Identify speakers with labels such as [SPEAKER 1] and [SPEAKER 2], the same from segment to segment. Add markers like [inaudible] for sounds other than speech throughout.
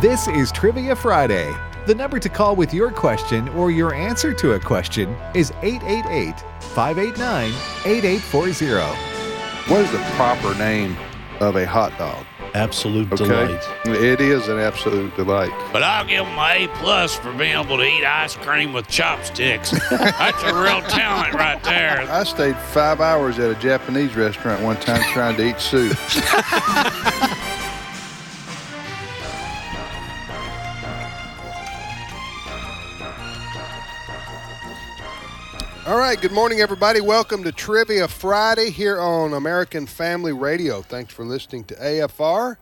[SPEAKER 1] This is Trivia Friday. The number to call with your question or your answer to a question is 888 589 8840.
[SPEAKER 2] What is the proper name of a hot dog?
[SPEAKER 3] Absolute
[SPEAKER 2] Okay.
[SPEAKER 3] delight.
[SPEAKER 2] It is an absolute delight.
[SPEAKER 4] But I'll give him an A plus for being able to eat ice cream with
[SPEAKER 2] [laughs]
[SPEAKER 4] chopsticks. That's a real talent right there.
[SPEAKER 2] I stayed five hours at a Japanese restaurant one [laughs] time trying to eat soup. All right, good morning, everybody. Welcome to Trivia Friday here on American Family Radio. Thanks for listening to AFR.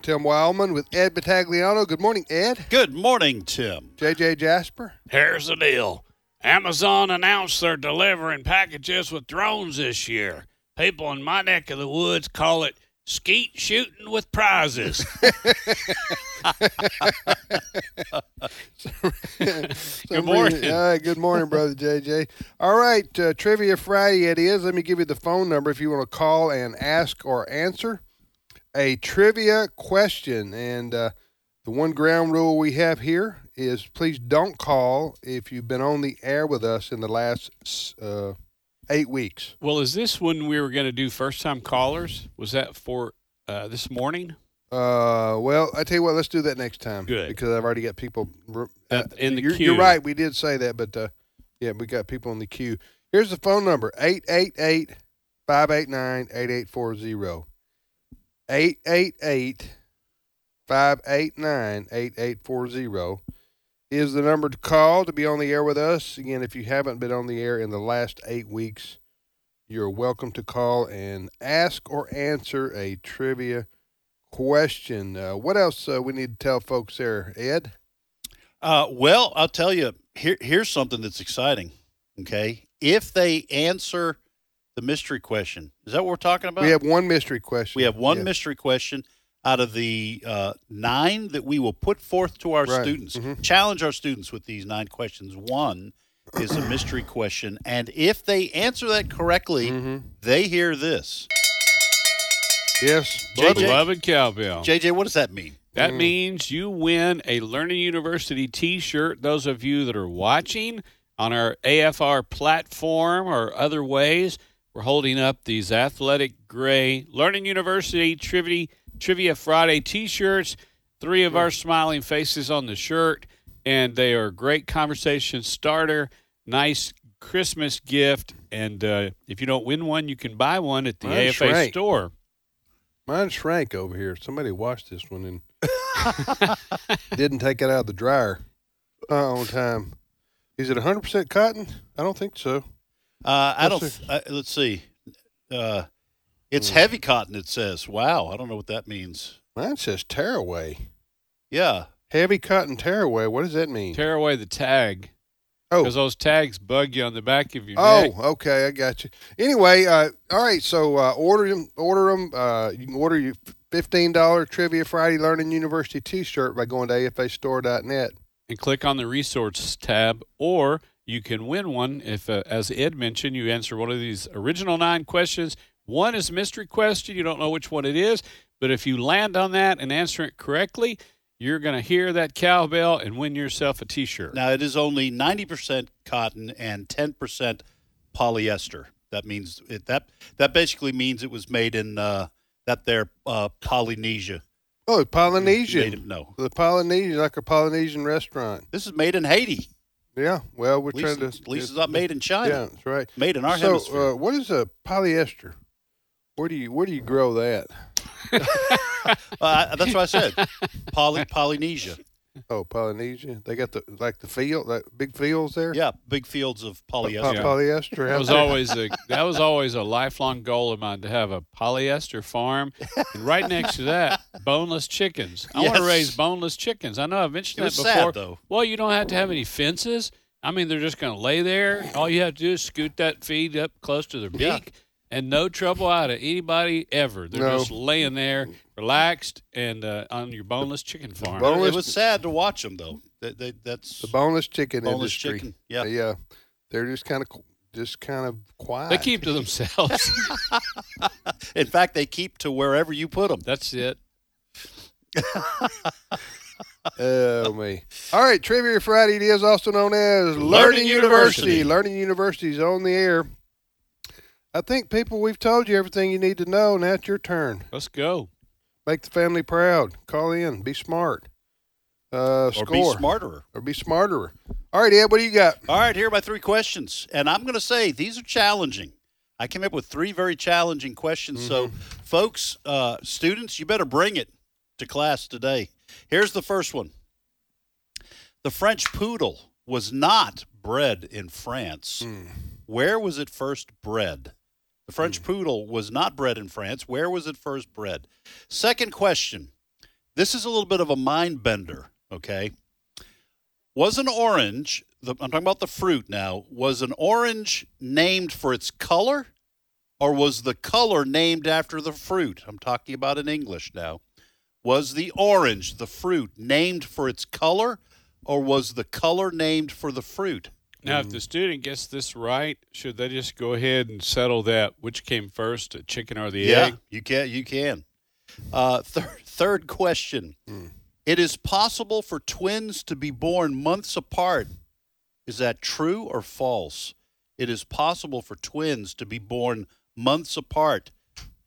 [SPEAKER 2] Tim Wildman with Ed Battagliano. Good morning, Ed.
[SPEAKER 3] Good morning, Tim.
[SPEAKER 2] JJ Jasper.
[SPEAKER 4] Here's the deal. Amazon announced they're delivering packages with drones this year. People in my neck of the woods call it skeet shooting with
[SPEAKER 2] [laughs]
[SPEAKER 4] prizes. [laughs]
[SPEAKER 2] [laughs] Good
[SPEAKER 3] morning.
[SPEAKER 2] uh, good morning, brother JJ. All right, uh, trivia Friday it is. Let me give you the phone number if you want to call and ask or answer a trivia question. And uh, the one ground rule we have here is please don't call if you've been on the air with us in the last s- uh, eight weeks.
[SPEAKER 5] Well, is this when we were going to do first time callers? Was that for uh, this morning?
[SPEAKER 2] Uh, well, I tell you what, let's do that next time.
[SPEAKER 5] Good.
[SPEAKER 2] because I've already got people r- uh,
[SPEAKER 5] At- in the
[SPEAKER 2] you're,
[SPEAKER 5] queue.
[SPEAKER 2] You're right. We did say that, but uh, yeah, we got people in the queue. Here's the phone number 888 589 8840. 888 589 8840 is the number to call to be on the air with us. Again, if you haven't been on the air in the last eight weeks, you're welcome to call and ask or answer a trivia question. Uh, what else uh, we need to tell folks there, Ed?
[SPEAKER 3] Uh, well, I'll tell you, here, here's something that's exciting. Okay. If they answer the mystery question, is that what we're talking about?
[SPEAKER 2] We have one mystery question.
[SPEAKER 3] We have one
[SPEAKER 2] Yeah.
[SPEAKER 3] mystery question out of the uh, nine that we will put forth to our
[SPEAKER 2] Right.
[SPEAKER 3] students.
[SPEAKER 2] Mhm.
[SPEAKER 3] Challenge our students with these nine questions. One is a mystery question, and if they answer that correctly,
[SPEAKER 2] Mhm.
[SPEAKER 3] they hear this.
[SPEAKER 2] Yes.
[SPEAKER 3] JJ.
[SPEAKER 2] Bubba.
[SPEAKER 5] Love and cowbell.
[SPEAKER 3] JJ, what does that mean?
[SPEAKER 5] that
[SPEAKER 2] Mm.
[SPEAKER 5] means you win a Learning University t shirt. Those of you that are watching on our AFR platform or other ways, we're holding up these athletic gray Learning University Trivia, Trivia Friday t shirts. Three of our smiling faces on the shirt, and they are a great conversation starter. Nice Christmas gift. And uh, if you don't win one, you can buy one at the
[SPEAKER 2] That's
[SPEAKER 5] AFA
[SPEAKER 2] right.
[SPEAKER 5] store.
[SPEAKER 2] Mine shrank over here. Somebody washed this one and [laughs] didn't take it out of the dryer uh, on time. Is it 100% cotton? I don't think so.
[SPEAKER 3] Uh, I don't.
[SPEAKER 2] Let's
[SPEAKER 3] Uh, let's see. Uh,
[SPEAKER 2] Hmm.
[SPEAKER 3] it's heavy cotton. It says. Wow. I don't know what that means.
[SPEAKER 2] Mine says tearaway.
[SPEAKER 3] Yeah.
[SPEAKER 2] Heavy cotton tearaway. What does that mean?
[SPEAKER 5] Tear away the tag.
[SPEAKER 2] oh,
[SPEAKER 5] Because those tags bug you on the back of your
[SPEAKER 2] oh,
[SPEAKER 5] neck.
[SPEAKER 2] okay. I got you. Anyway, uh, all right. So uh, order them. Order them. Uh, you can order your $15 Trivia Friday Learning University t shirt by going to afastore.net.
[SPEAKER 5] And click on the resource tab, or you can win one if, uh, as Ed mentioned, you answer one of these original nine questions. One is a mystery question. You don't know which one it is, but if you land on that and answer it correctly, you're going to hear that cowbell and win yourself a t shirt.
[SPEAKER 3] Now it is only ninety percent cotton and ten percent polyester. That means it, that that basically means it was made in uh, that there uh, Polynesia.
[SPEAKER 2] Oh,
[SPEAKER 3] Made
[SPEAKER 2] Polynesian.
[SPEAKER 3] it- no,
[SPEAKER 2] The Polynesian, like a Polynesian restaurant.
[SPEAKER 3] this is made in Haiti.
[SPEAKER 2] Yeah. Well, Oh, we're
[SPEAKER 3] At least,
[SPEAKER 2] trying to.
[SPEAKER 3] at least it's not made in China.
[SPEAKER 2] Yeah, that's right.
[SPEAKER 3] Made in our hemisphere.
[SPEAKER 2] so, uh, what is a polyester? Where do you where do you grow
[SPEAKER 3] [laughs]
[SPEAKER 2] that?
[SPEAKER 3] Uh, I- that's what I said. Poly Polynesia.
[SPEAKER 2] Oh, Polynesia. They got the like the field, like big fields there.
[SPEAKER 3] Yeah, big fields of
[SPEAKER 2] Po-
[SPEAKER 3] polyester.
[SPEAKER 2] Polyester.
[SPEAKER 5] That was always a that was always a lifelong goal of mine to have a polyester farm, and right next to that, boneless chickens. I want to
[SPEAKER 3] Yes.
[SPEAKER 5] raise boneless chickens. I know I've mentioned
[SPEAKER 3] It was
[SPEAKER 5] that
[SPEAKER 3] sad,
[SPEAKER 5] before.
[SPEAKER 3] though.
[SPEAKER 5] Well, you don't have to have any fences. I mean, they're just going to lay there. All you have to do is scoot that feed up close to their beak,
[SPEAKER 3] Yeah.
[SPEAKER 5] and no trouble out of anybody ever. They're
[SPEAKER 2] No.
[SPEAKER 5] just laying there, relaxed, and uh, on your boneless chicken farm.
[SPEAKER 2] bon-
[SPEAKER 3] It
[SPEAKER 2] Boneless-
[SPEAKER 3] was sad to watch them though. That, that, that's
[SPEAKER 2] the boneless chicken
[SPEAKER 3] boneless
[SPEAKER 2] industry.
[SPEAKER 3] chicken. Yeah.
[SPEAKER 2] yeah. They're just kind of just kind of quiet.
[SPEAKER 5] they keep to
[SPEAKER 3] [laughs]
[SPEAKER 5] themselves.
[SPEAKER 3] In fact, they keep to wherever you put them.
[SPEAKER 5] That's it.
[SPEAKER 2] Oh me! All right, Trivia Friday. It is also known as Learning,
[SPEAKER 3] Learning
[SPEAKER 2] University.
[SPEAKER 3] University.
[SPEAKER 2] Learning University is on the air. I think people, we've told you everything you need to know. Now it's your turn.
[SPEAKER 5] Let's go.
[SPEAKER 2] Make the family proud. Call in. Be smart. Uh,
[SPEAKER 3] or
[SPEAKER 2] score
[SPEAKER 3] be smarter.
[SPEAKER 2] or be smarter. All right, Ed. What do you got?
[SPEAKER 3] All right, here are my three questions. And I'm going to say these are challenging. I came up with three very challenging questions. So,
[SPEAKER 2] Mm-hmm.
[SPEAKER 3] folks, uh, students, you better bring it to class today. Here's the first one The French poodle was not bred in France.
[SPEAKER 2] Hmm.
[SPEAKER 3] Where was it first bred? The French poodle was not bred in France. Where was it first bred? Second question. This is a little bit of a mind bender, okay? Was an orange, the, I'm talking about the fruit now, was an orange named for its color or was the color named after the fruit? I'm talking about in English now. Was the orange, the fruit, named for its color or was the color named for the fruit?
[SPEAKER 5] Now, if the student gets this right, should they just go ahead and settle that? Which came first, the chicken or the egg?
[SPEAKER 3] you can. You can. Uh, third, third question: It is possible for twins to be born months apart. Is that true or false? It is possible for twins to be born months apart.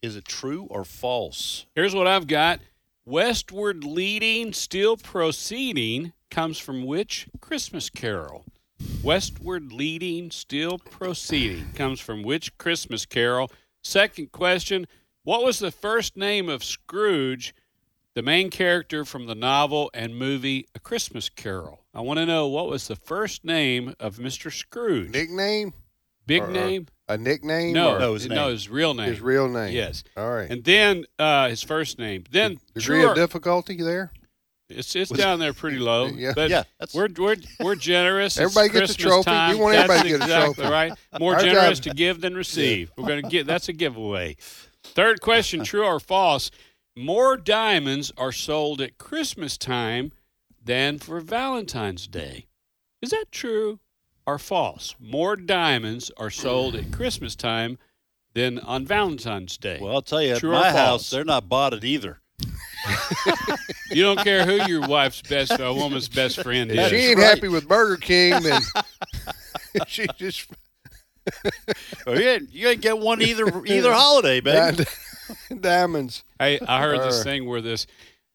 [SPEAKER 3] Is it true or false?
[SPEAKER 5] Here's what I've got Westward leading, still proceeding comes from which Christmas carol? Westward leading, still proceeding comes from which Christmas carol? Second question What was the first name of Scrooge, the main character from the novel and movie A Christmas Carol? I want to know what was the first name of Mr. Scrooge?
[SPEAKER 2] Nickname?
[SPEAKER 5] Big
[SPEAKER 2] or-
[SPEAKER 5] name?
[SPEAKER 2] A nickname?
[SPEAKER 5] No,
[SPEAKER 2] or
[SPEAKER 3] No, his
[SPEAKER 5] no,
[SPEAKER 3] name.
[SPEAKER 5] his real name.
[SPEAKER 2] his real name.
[SPEAKER 5] Yes.
[SPEAKER 2] All right.
[SPEAKER 5] And then uh, his first name. Then
[SPEAKER 2] Degree
[SPEAKER 5] sure,
[SPEAKER 2] of difficulty there.
[SPEAKER 5] it's it's down there pretty low.
[SPEAKER 2] Yeah.
[SPEAKER 5] But
[SPEAKER 3] Yeah, that's-
[SPEAKER 5] we're we're we're generous. It's
[SPEAKER 2] Everybody gets a
[SPEAKER 5] Christmas
[SPEAKER 2] trophy.
[SPEAKER 5] Time.
[SPEAKER 2] We want
[SPEAKER 5] That's
[SPEAKER 2] everybody to get a
[SPEAKER 5] exactly
[SPEAKER 2] trophy.
[SPEAKER 5] Right. More
[SPEAKER 2] Our
[SPEAKER 5] generous
[SPEAKER 2] job.
[SPEAKER 5] to give than receive. We're gonna get that's a giveaway. Third
[SPEAKER 2] [laughs]
[SPEAKER 5] question, true or false. More diamonds are sold at Christmas time than for Valentine's Day. Is that true or false? More diamonds are sold at Christmas time than on Valentine's Day.
[SPEAKER 3] Well, I'll tell you, at
[SPEAKER 5] True or
[SPEAKER 3] my house,
[SPEAKER 5] false?
[SPEAKER 3] they're not bought it either.
[SPEAKER 5] You don't care who your wife's best, a woman's best friend
[SPEAKER 2] If
[SPEAKER 5] is.
[SPEAKER 2] she ain't
[SPEAKER 3] right.
[SPEAKER 2] happy with Burger
[SPEAKER 3] [laughs]
[SPEAKER 2] King, then she just
[SPEAKER 3] Oh, You ain't, you ain't get one [laughs] either either holiday, baby.
[SPEAKER 2] diamonds.
[SPEAKER 5] Hey, I heard this
[SPEAKER 2] Or-
[SPEAKER 5] thing where this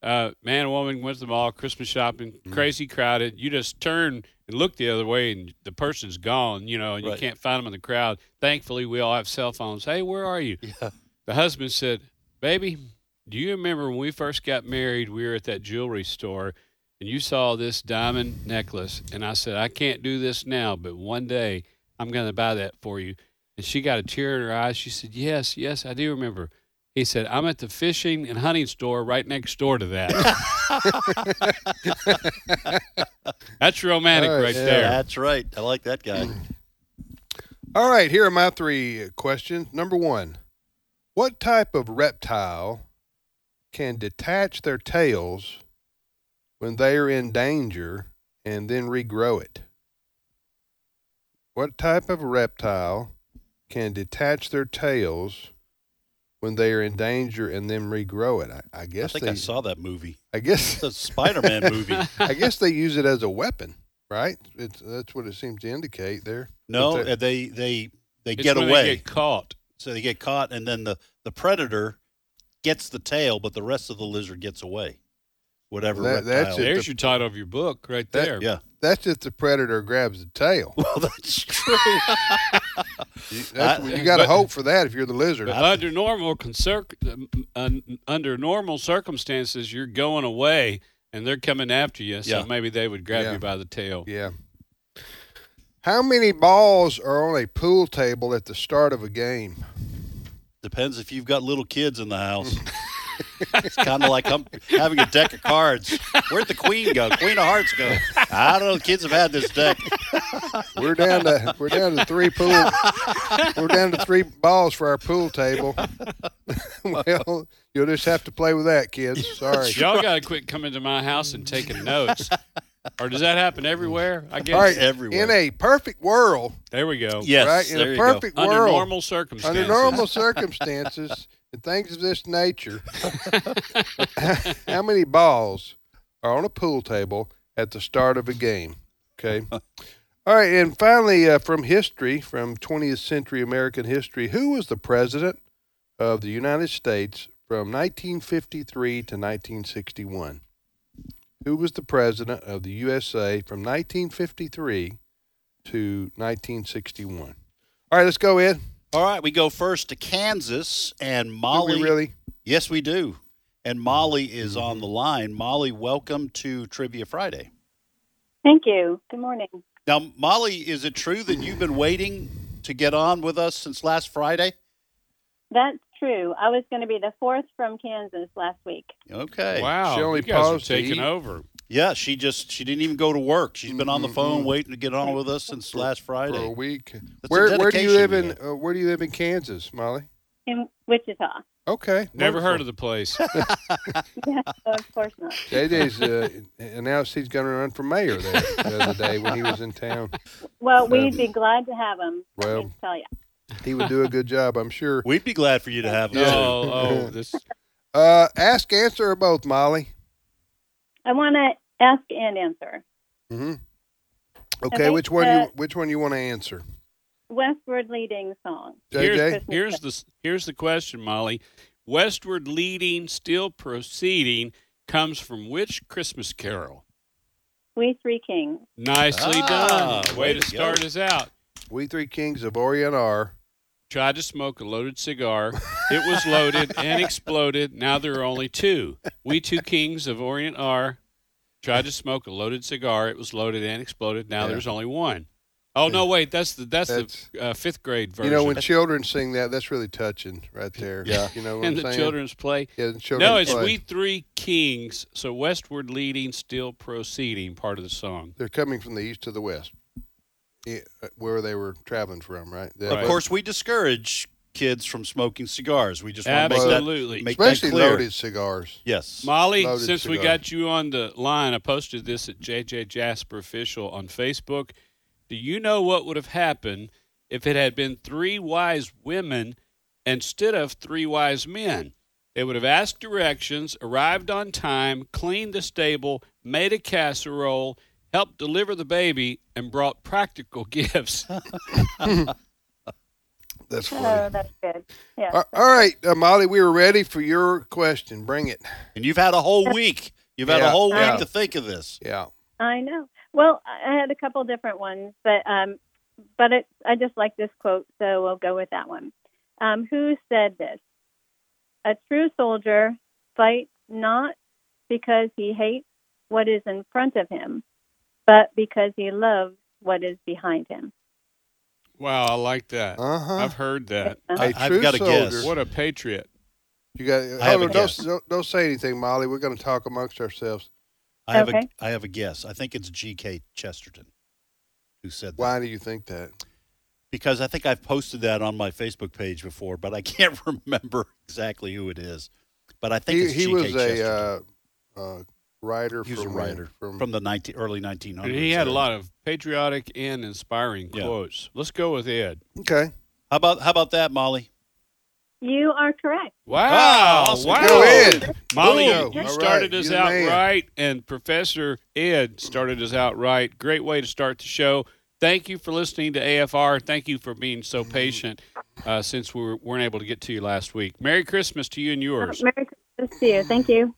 [SPEAKER 5] uh, man and woman went to the mall, Christmas shopping, crazy crowded. You just turn and look the other way, and the person's gone, you know, and
[SPEAKER 3] Right.
[SPEAKER 5] you can't find them in the crowd. Thankfully, we all have cell phones. Hey, where are you? The husband said, Baby, do you remember when we first got married? We were at that jewelry store. And you saw this diamond necklace, and I said, I can't do this now, but one day I'm going to buy that for you. And she got a tear in her eyes. She said, Yes, yes, I do remember. He said, I'm at the fishing and hunting store right next door to
[SPEAKER 2] [laughs]
[SPEAKER 5] that. That's romantic
[SPEAKER 2] All right,
[SPEAKER 5] right,
[SPEAKER 2] yeah.
[SPEAKER 5] there.
[SPEAKER 3] That's right. I like that guy.
[SPEAKER 2] All right, here are my three questions. Number one, what type of reptile can detach their tails when they are in danger and then regrow it? What type of reptile can detach their tails when they are in danger and then regrow it? I, I
[SPEAKER 3] I
[SPEAKER 2] guess
[SPEAKER 3] think
[SPEAKER 2] they.
[SPEAKER 3] I saw that movie.
[SPEAKER 2] I guess
[SPEAKER 3] It's a
[SPEAKER 2] [laughs]
[SPEAKER 3] Spider-Man movie.
[SPEAKER 2] I guess they use it as a weapon, right? It's, that's what it seems to indicate there.
[SPEAKER 3] No,
[SPEAKER 2] But they-
[SPEAKER 3] uh, they they they
[SPEAKER 5] It's
[SPEAKER 3] get
[SPEAKER 5] when
[SPEAKER 3] away.
[SPEAKER 5] They get caught.
[SPEAKER 3] so they get caught, and then the the predator gets the tail, but the rest of the lizard gets away. Whatever
[SPEAKER 2] That-
[SPEAKER 3] reptile.
[SPEAKER 2] that's it.
[SPEAKER 5] There's your title of your book right
[SPEAKER 2] That-
[SPEAKER 5] there.
[SPEAKER 3] Yeah.
[SPEAKER 2] That's if the predator grabs the tail.
[SPEAKER 3] [laughs] Well, that's true.
[SPEAKER 2] That's,
[SPEAKER 3] I-
[SPEAKER 2] what- you got to
[SPEAKER 5] but-
[SPEAKER 2] hope for that if you're the lizard.
[SPEAKER 5] But under normal concir- um, un- under normal circumstances, you're going away and they're coming after you. So
[SPEAKER 3] Yeah.
[SPEAKER 5] maybe they would grab
[SPEAKER 2] Yeah.
[SPEAKER 5] you by the tail.
[SPEAKER 2] yeah. How many balls are on a pool table at the start of a game? [laughs]
[SPEAKER 3] Depends if you've got little kids in the house. it's kind of like I'm having a deck of cards. Where'd the queen go? Queen of hearts go? I don't know. Kids have had this deck.
[SPEAKER 2] We're down to we're down to
[SPEAKER 6] [laughs]
[SPEAKER 2] three pool. We're down to three balls for our pool table. [laughs] well, you'll just have to play with
[SPEAKER 3] [laughs]
[SPEAKER 2] that, kids. Sorry.
[SPEAKER 5] Y'all got to quit coming to my house and taking
[SPEAKER 2] [laughs]
[SPEAKER 5] notes. or does that happen everywhere? I guess.
[SPEAKER 2] All right.
[SPEAKER 3] everywhere.
[SPEAKER 2] In a perfect world,
[SPEAKER 5] There we go.
[SPEAKER 3] Yes,
[SPEAKER 2] right? In
[SPEAKER 3] there
[SPEAKER 2] a
[SPEAKER 3] you
[SPEAKER 2] perfect
[SPEAKER 5] Under [laughs]
[SPEAKER 2] world,
[SPEAKER 5] normal circumstances.
[SPEAKER 2] under normal circumstances, and things of
[SPEAKER 5] [laughs]
[SPEAKER 2] this nature, [laughs] how many balls are on a pool table at the start of a game?
[SPEAKER 3] [laughs]
[SPEAKER 2] Okay. All right. And finally, uh, from history, from 20th century American history, who was the president of the United States from 1953 to 1961? Who was the president of the USA from 1953 to 1961? All right, let's go in.
[SPEAKER 3] All right, we go first to Kansas and Molly.
[SPEAKER 2] really? Mm-hmm.
[SPEAKER 3] Yes, we do. And Molly is on the line. Molly, welcome to Trivia Friday.
[SPEAKER 7] Thank you. Good morning.
[SPEAKER 3] Now, Molly, is it true that you've been waiting to get on with us since last Friday?
[SPEAKER 7] That's true. I was going to be the fourth from Kansas last week.
[SPEAKER 3] Okay.
[SPEAKER 5] wow,
[SPEAKER 2] she only
[SPEAKER 5] you guys are
[SPEAKER 2] paused to
[SPEAKER 5] taking
[SPEAKER 2] eat.
[SPEAKER 5] over.
[SPEAKER 3] Yeah, she just she didn't even go to work. She's been on the phone waiting to get on with us since last
[SPEAKER 2] For a
[SPEAKER 3] Friday.
[SPEAKER 2] week.
[SPEAKER 3] a
[SPEAKER 2] where where do you live
[SPEAKER 3] dedication,
[SPEAKER 2] in uh, where do you live in Kansas, Molly?
[SPEAKER 7] In Wichita.
[SPEAKER 2] Okay.
[SPEAKER 5] Never heard of the
[SPEAKER 3] [laughs]
[SPEAKER 2] [laughs]
[SPEAKER 5] place.
[SPEAKER 7] Yeah, so of course not.
[SPEAKER 2] JJ's uh, announced he's going to run for mayor there the other day when he was in town.
[SPEAKER 7] Well, we'd be glad to have him. I
[SPEAKER 2] Well,
[SPEAKER 7] can tell you.
[SPEAKER 2] he would do a good job, I'm sure.
[SPEAKER 3] We'd be glad for you to have
[SPEAKER 5] no,
[SPEAKER 3] her. too.
[SPEAKER 5] oh, this
[SPEAKER 2] [laughs] Uh, ask, answer, or both, Molly.
[SPEAKER 7] I want to ask and answer.
[SPEAKER 2] hmm Okay,
[SPEAKER 7] Okay,
[SPEAKER 2] which one
[SPEAKER 7] uh,
[SPEAKER 2] you which one you want to answer?
[SPEAKER 7] Westward leading song.
[SPEAKER 2] JJ,
[SPEAKER 5] Here's, here's the here's the question, Molly. Westward leading, still proceeding, comes from which Christmas carol?
[SPEAKER 7] We Three Kings.
[SPEAKER 5] Nicely
[SPEAKER 3] Ah,
[SPEAKER 5] done.
[SPEAKER 3] way
[SPEAKER 5] Way, to,
[SPEAKER 3] to
[SPEAKER 5] start
[SPEAKER 3] go.
[SPEAKER 5] us out.
[SPEAKER 2] we three kings of E Orient are.
[SPEAKER 5] Tried to smoke a loaded cigar. It was
[SPEAKER 2] [laughs]
[SPEAKER 5] loaded and exploded. Now there are only two. We two kings of Orient are. Tried to smoke a loaded cigar. It was loaded and exploded. Now
[SPEAKER 2] Yeah.
[SPEAKER 5] there's only one. Oh no! Wait, that's the that's,
[SPEAKER 2] That's-
[SPEAKER 5] the uh, fifth grade
[SPEAKER 2] You
[SPEAKER 5] version.
[SPEAKER 2] know, when
[SPEAKER 5] [laughs]
[SPEAKER 2] children sing that, that's really touching right there.
[SPEAKER 3] Yeah.
[SPEAKER 2] You know what
[SPEAKER 5] and
[SPEAKER 2] I'm
[SPEAKER 5] the
[SPEAKER 2] saying?
[SPEAKER 5] children's play.
[SPEAKER 2] yeah, the children
[SPEAKER 5] No, it's
[SPEAKER 2] play.
[SPEAKER 5] we three kings. So westward leading, still proceeding. Part of the song.
[SPEAKER 2] They're coming from the east to the west, yeah, uh, where they were traveling from, right? That-
[SPEAKER 5] Right.
[SPEAKER 3] Of course, we discourage kids from smoking cigars. We just want to make that.
[SPEAKER 5] Absolutely.
[SPEAKER 3] make that
[SPEAKER 2] especially
[SPEAKER 3] clear.
[SPEAKER 2] loaded cigars.
[SPEAKER 3] Yes.
[SPEAKER 5] Molly,
[SPEAKER 2] Loaded
[SPEAKER 5] since we
[SPEAKER 2] cigar.
[SPEAKER 5] got you on the line, I posted this at JJ Jasper Official on Facebook. Do you know what would have happened if it had been three wise women instead of three wise men? They would have asked directions, arrived on time, cleaned the stable, made a casserole, helped deliver the baby, and brought practical [laughs]
[SPEAKER 2] [laughs]
[SPEAKER 5] gifts.
[SPEAKER 2] That's funny.
[SPEAKER 7] Oh, that's good. Yeah.
[SPEAKER 2] All- all right, uh, Molly, we were ready for your question. Bring it.
[SPEAKER 3] And you've had a whole week. You've had
[SPEAKER 2] Yeah,
[SPEAKER 3] a whole week
[SPEAKER 2] yeah.
[SPEAKER 3] to think of this.
[SPEAKER 2] Yeah.
[SPEAKER 7] I know. Well, I I had a couple different ones, but um, but it, I just like this quote, so we'll go with that one. Um, who said this? A true soldier fights not because he hates what is in front of him, but because he loves what is behind him.
[SPEAKER 5] wow, I like that.
[SPEAKER 2] Uh huh.
[SPEAKER 5] I've heard that.
[SPEAKER 2] A
[SPEAKER 3] I've
[SPEAKER 2] true
[SPEAKER 3] got a guess.
[SPEAKER 2] soldier.
[SPEAKER 5] What a patriot.
[SPEAKER 2] You got.
[SPEAKER 3] I have
[SPEAKER 2] oh,
[SPEAKER 3] a
[SPEAKER 2] no,
[SPEAKER 3] guess.
[SPEAKER 2] don't, don't don't say anything, Molly. We're going to talk amongst ourselves.
[SPEAKER 3] I have
[SPEAKER 7] Okay.
[SPEAKER 3] a I have a guess. I think it's G.K. Chesterton who said that.
[SPEAKER 2] Why do you think that?
[SPEAKER 3] Because I think I've posted that on my Facebook page before, but I can't [laughs] remember exactly who it is. But I think
[SPEAKER 2] He
[SPEAKER 3] it's
[SPEAKER 2] he
[SPEAKER 3] G.K.
[SPEAKER 2] was
[SPEAKER 3] Chesterton
[SPEAKER 2] a uh, uh, writer.
[SPEAKER 3] He was a
[SPEAKER 2] from
[SPEAKER 3] writer
[SPEAKER 2] from,
[SPEAKER 3] from the 19, early 1900s.
[SPEAKER 5] And he had a
[SPEAKER 3] uh,
[SPEAKER 5] lot of patriotic and inspiring
[SPEAKER 3] Yeah.
[SPEAKER 5] quotes. Let's go with Ed.
[SPEAKER 2] Okay.
[SPEAKER 3] How about how about that, Molly?
[SPEAKER 7] You are correct.
[SPEAKER 5] Wow!
[SPEAKER 3] Wow, awesome.
[SPEAKER 5] Wow!
[SPEAKER 2] Go Ed.
[SPEAKER 5] Molly,
[SPEAKER 2] Bingo.
[SPEAKER 5] you
[SPEAKER 2] All
[SPEAKER 5] started
[SPEAKER 2] right,
[SPEAKER 5] us
[SPEAKER 2] you're the
[SPEAKER 5] out
[SPEAKER 2] man.
[SPEAKER 5] right, and Professor Ed started us out right. Great way to start the show. Thank you for listening to AFR. Thank you for being so patient uh, since we were, weren't able to get to you last week. Merry Christmas to you and yours.
[SPEAKER 7] Merry Christmas to you. Thank you.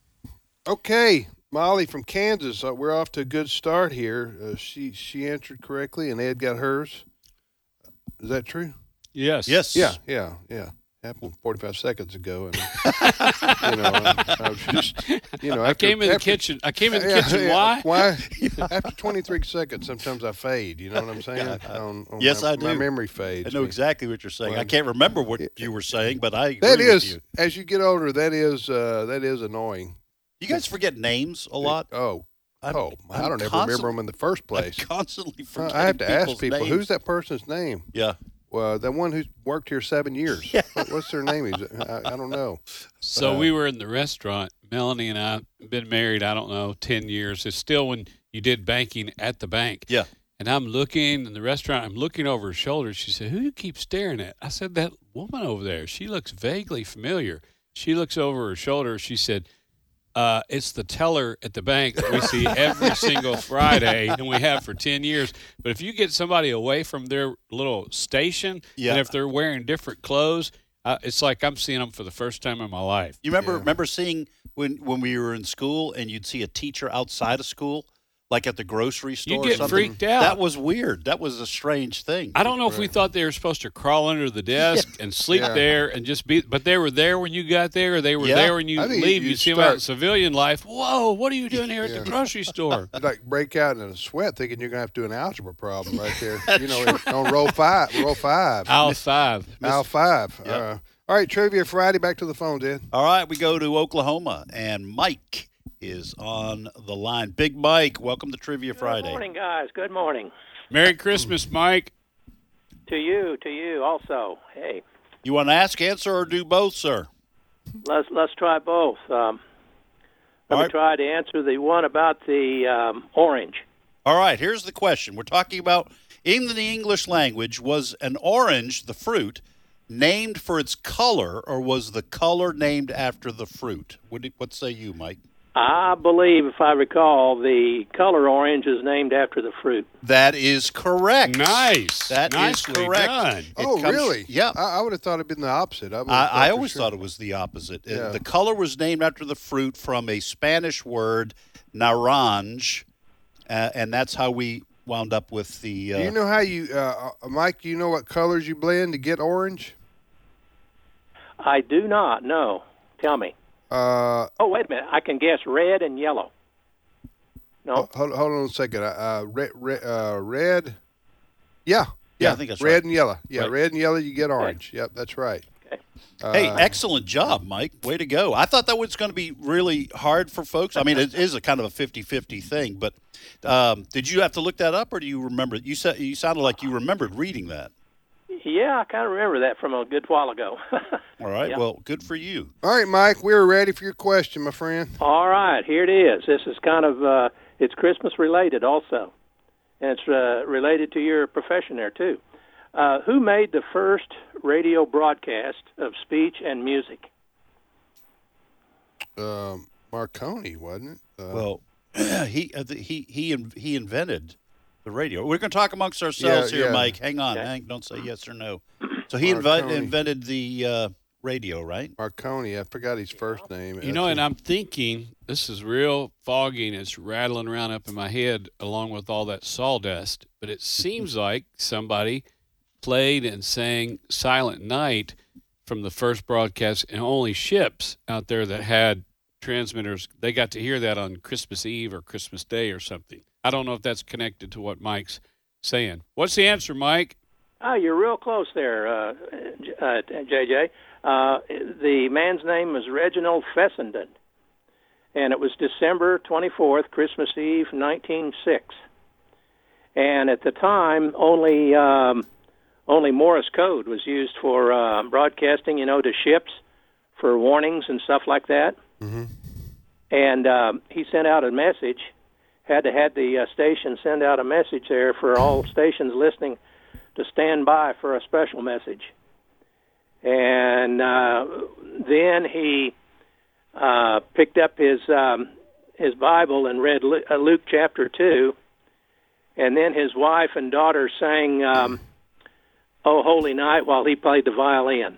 [SPEAKER 2] Okay, Molly from Kansas. Uh, we're off to a good start here. Uh, she she answered correctly, and Ed got hers. Is that true?
[SPEAKER 5] Yes.
[SPEAKER 3] Yes.
[SPEAKER 2] Yeah, yeah, yeah. Happened 45 seconds ago, and you know, I, I was just, you know,
[SPEAKER 5] I
[SPEAKER 2] after-
[SPEAKER 5] came in the
[SPEAKER 2] after-
[SPEAKER 5] kitchen. I came in the
[SPEAKER 2] Yeah,
[SPEAKER 5] kitchen.
[SPEAKER 2] yeah.
[SPEAKER 5] Why? [laughs]
[SPEAKER 2] Why? After 23 seconds, sometimes I fade. You know what I'm saying? On- on
[SPEAKER 3] Yes,
[SPEAKER 2] my,
[SPEAKER 3] I
[SPEAKER 2] My
[SPEAKER 3] do.
[SPEAKER 2] memory fades.
[SPEAKER 3] I know
[SPEAKER 2] me.
[SPEAKER 3] exactly what you're saying.
[SPEAKER 2] Well,
[SPEAKER 3] I can't remember what you were saying, but I agree
[SPEAKER 2] That
[SPEAKER 3] with
[SPEAKER 2] is,
[SPEAKER 3] you.
[SPEAKER 2] as you get older, that is uh, that is annoying.
[SPEAKER 3] You guys forget names a lot.
[SPEAKER 2] Oh,
[SPEAKER 3] I'm-
[SPEAKER 2] oh, I
[SPEAKER 3] I'm
[SPEAKER 2] don't ever
[SPEAKER 3] constant-
[SPEAKER 2] remember them in the first
[SPEAKER 3] [laughs] I
[SPEAKER 2] place.
[SPEAKER 3] constantly
[SPEAKER 2] Uh,
[SPEAKER 3] forget.
[SPEAKER 2] I have to ask people who's that person's name.
[SPEAKER 3] Yeah.
[SPEAKER 2] Well, the one who's worked here
[SPEAKER 3] [laughs]
[SPEAKER 2] seven years. What, what's their name? Is it- I, I don't know. Uh,
[SPEAKER 5] So
[SPEAKER 3] Uh-huh.
[SPEAKER 5] we were in the restaurant. Melanie and I been married, I don't know, 10 years. It's still when you did banking at the bank.
[SPEAKER 3] Yeah.
[SPEAKER 5] And I'm looking in the restaurant, I'm looking over her shoulder. She said, Who do you keep staring at? I said, That woman over there. She looks vaguely familiar. She looks over her shoulder. She said, uh, It's the teller at the bank that we see
[SPEAKER 3] [laughs]
[SPEAKER 5] every single Friday and we have for 10 years. But if you get somebody away from their little station
[SPEAKER 3] Yeah.
[SPEAKER 5] and if they're wearing different clothes, uh, it's like I'm seeing them for the first time in my life.
[SPEAKER 3] You remember
[SPEAKER 2] Yeah.
[SPEAKER 3] remember seeing when when we were in school and you'd see a teacher outside of school, like at the grocery store
[SPEAKER 5] You
[SPEAKER 3] or
[SPEAKER 5] get
[SPEAKER 3] something.
[SPEAKER 5] freaked
[SPEAKER 2] Mm-hmm.
[SPEAKER 5] out.
[SPEAKER 3] That was weird. That was a strange thing.
[SPEAKER 5] I don't know if we thought they were supposed to crawl under the desk and sleep
[SPEAKER 2] [laughs] Yeah.
[SPEAKER 5] there and just be, but they were there when you got there. Or they were
[SPEAKER 3] Yeah.
[SPEAKER 5] there when you
[SPEAKER 2] I think
[SPEAKER 5] leave.
[SPEAKER 2] you
[SPEAKER 5] You, see them out in
[SPEAKER 2] start-
[SPEAKER 5] civilian life. Whoa, Oh, what are you doing here
[SPEAKER 2] Yeah.
[SPEAKER 5] at the grocery store?
[SPEAKER 2] You'd [laughs] like break out in a sweat thinking you're gonna have to do an algebra problem right
[SPEAKER 5] [laughs]
[SPEAKER 2] there. you know, on roll five, roll five,
[SPEAKER 5] Aisle five.
[SPEAKER 2] aisle five.
[SPEAKER 3] Yep.
[SPEAKER 2] Uh, all right, trivia Friday. Back to the phone, Dan.
[SPEAKER 3] All right, we go to Oklahoma and Mike is on the line. Big Mike, welcome to Trivia
[SPEAKER 8] Good
[SPEAKER 3] Friday.
[SPEAKER 8] morning, guys. Good morning
[SPEAKER 5] Merry Christmas, Mike.
[SPEAKER 8] to you. To you also. Hey,
[SPEAKER 3] You want to ask, answer, or do both, sir?
[SPEAKER 8] let's let's try both. Um, let
[SPEAKER 3] All
[SPEAKER 8] me
[SPEAKER 3] right.
[SPEAKER 8] try to answer the one about the um, orange.
[SPEAKER 3] All right, here's the question. We're talking about in the English language, was an orange, the fruit, named for its color, or was the color named after the fruit? What, do- what say you, Mike?
[SPEAKER 8] I believe, if I recall, the color orange is named after the fruit.
[SPEAKER 3] That is correct.
[SPEAKER 5] Nice.
[SPEAKER 3] That is
[SPEAKER 5] Nicely
[SPEAKER 3] correct.
[SPEAKER 5] done.
[SPEAKER 3] It
[SPEAKER 2] oh,
[SPEAKER 3] comes-
[SPEAKER 2] really?
[SPEAKER 3] Yeah.
[SPEAKER 2] I, I would have thought it'd been the opposite. I,
[SPEAKER 3] I, I always thought it was the opposite. Uh,
[SPEAKER 2] Yeah.
[SPEAKER 3] The color was named after the fruit from a Spanish word, naranj, uh, and that's how we wound up with the. Uh,
[SPEAKER 2] Do you know how you, uh, uh, Mike? You know what colors you blend to get orange?
[SPEAKER 8] I do not know. Tell me.
[SPEAKER 2] Uh,
[SPEAKER 8] Oh, wait a minute. I can guess red and yellow. No.
[SPEAKER 2] hold, hold on a second. Uh, uh, red, red, uh, red. Yeah,
[SPEAKER 3] Yeah, I think that's
[SPEAKER 2] red
[SPEAKER 3] right.
[SPEAKER 2] and yellow. Yeah,
[SPEAKER 3] Right.
[SPEAKER 2] red and yellow. You get orange. Yep, that's right.
[SPEAKER 3] hey,
[SPEAKER 2] Uh,
[SPEAKER 3] excellent job, Mike. Way to go. I thought that was going to be really hard for folks. I mean, it is a kind of a 50 50 thing, but um, did you have to look that up or do you remember? it? You, said, you sounded like you remembered reading that.
[SPEAKER 8] Yeah, I kind of remember that from a good while ago. [laughs]
[SPEAKER 3] All right.
[SPEAKER 8] Yeah.
[SPEAKER 3] Well, good for you.
[SPEAKER 2] All right, Mike, we're ready for your question, my friend.
[SPEAKER 8] All right, here it is. This is kind of uh, it's Christmas related also, and it's uh, related to your profession there too. Uh, who made the first radio broadcast of speech and music?
[SPEAKER 5] Uh,
[SPEAKER 2] Um, Marconi, wasn't it? Uh,
[SPEAKER 3] Well, [clears throat] he uh, the, he he in, he invented the radio. We're going to talk amongst ourselves
[SPEAKER 2] Yeah,
[SPEAKER 3] here,
[SPEAKER 2] yeah.
[SPEAKER 3] Mike. Hang on,
[SPEAKER 8] Okay.
[SPEAKER 3] Hank. Don't say yes or no. So he
[SPEAKER 2] Marconi.
[SPEAKER 3] invi- invented the uh, radio, right?
[SPEAKER 2] Marconi. I forgot his first name.
[SPEAKER 5] You know, and I'm thinking this is real foggy and it's rattling around up in my head along with all that sawdust. But it seems like somebody played and sang Silent Night from the first broadcast, and only ships out there that had transmitters, they got to hear that on Christmas Eve or Christmas Day or something. I don't know if that's connected to what Mike's saying. What's the answer, Mike?
[SPEAKER 8] Ah, you're real close there, uh, J- uh, JJ. Uh, the man's name was Reginald Fessenden, and it was December 24th, Christmas Eve, 1906. And at the time, only um, only Morse code was used for uh, broadcasting, you know, to ships for warnings and stuff like that. And um, he sent out a message, had to had the uh, station send out a message there for all stations listening to stand by for a special message. And uh, then he uh, picked up his um, his Bible and read Lu- uh, Luke chapter two. And then his wife and daughter sang um, "Oh Holy Night" while he played the violin.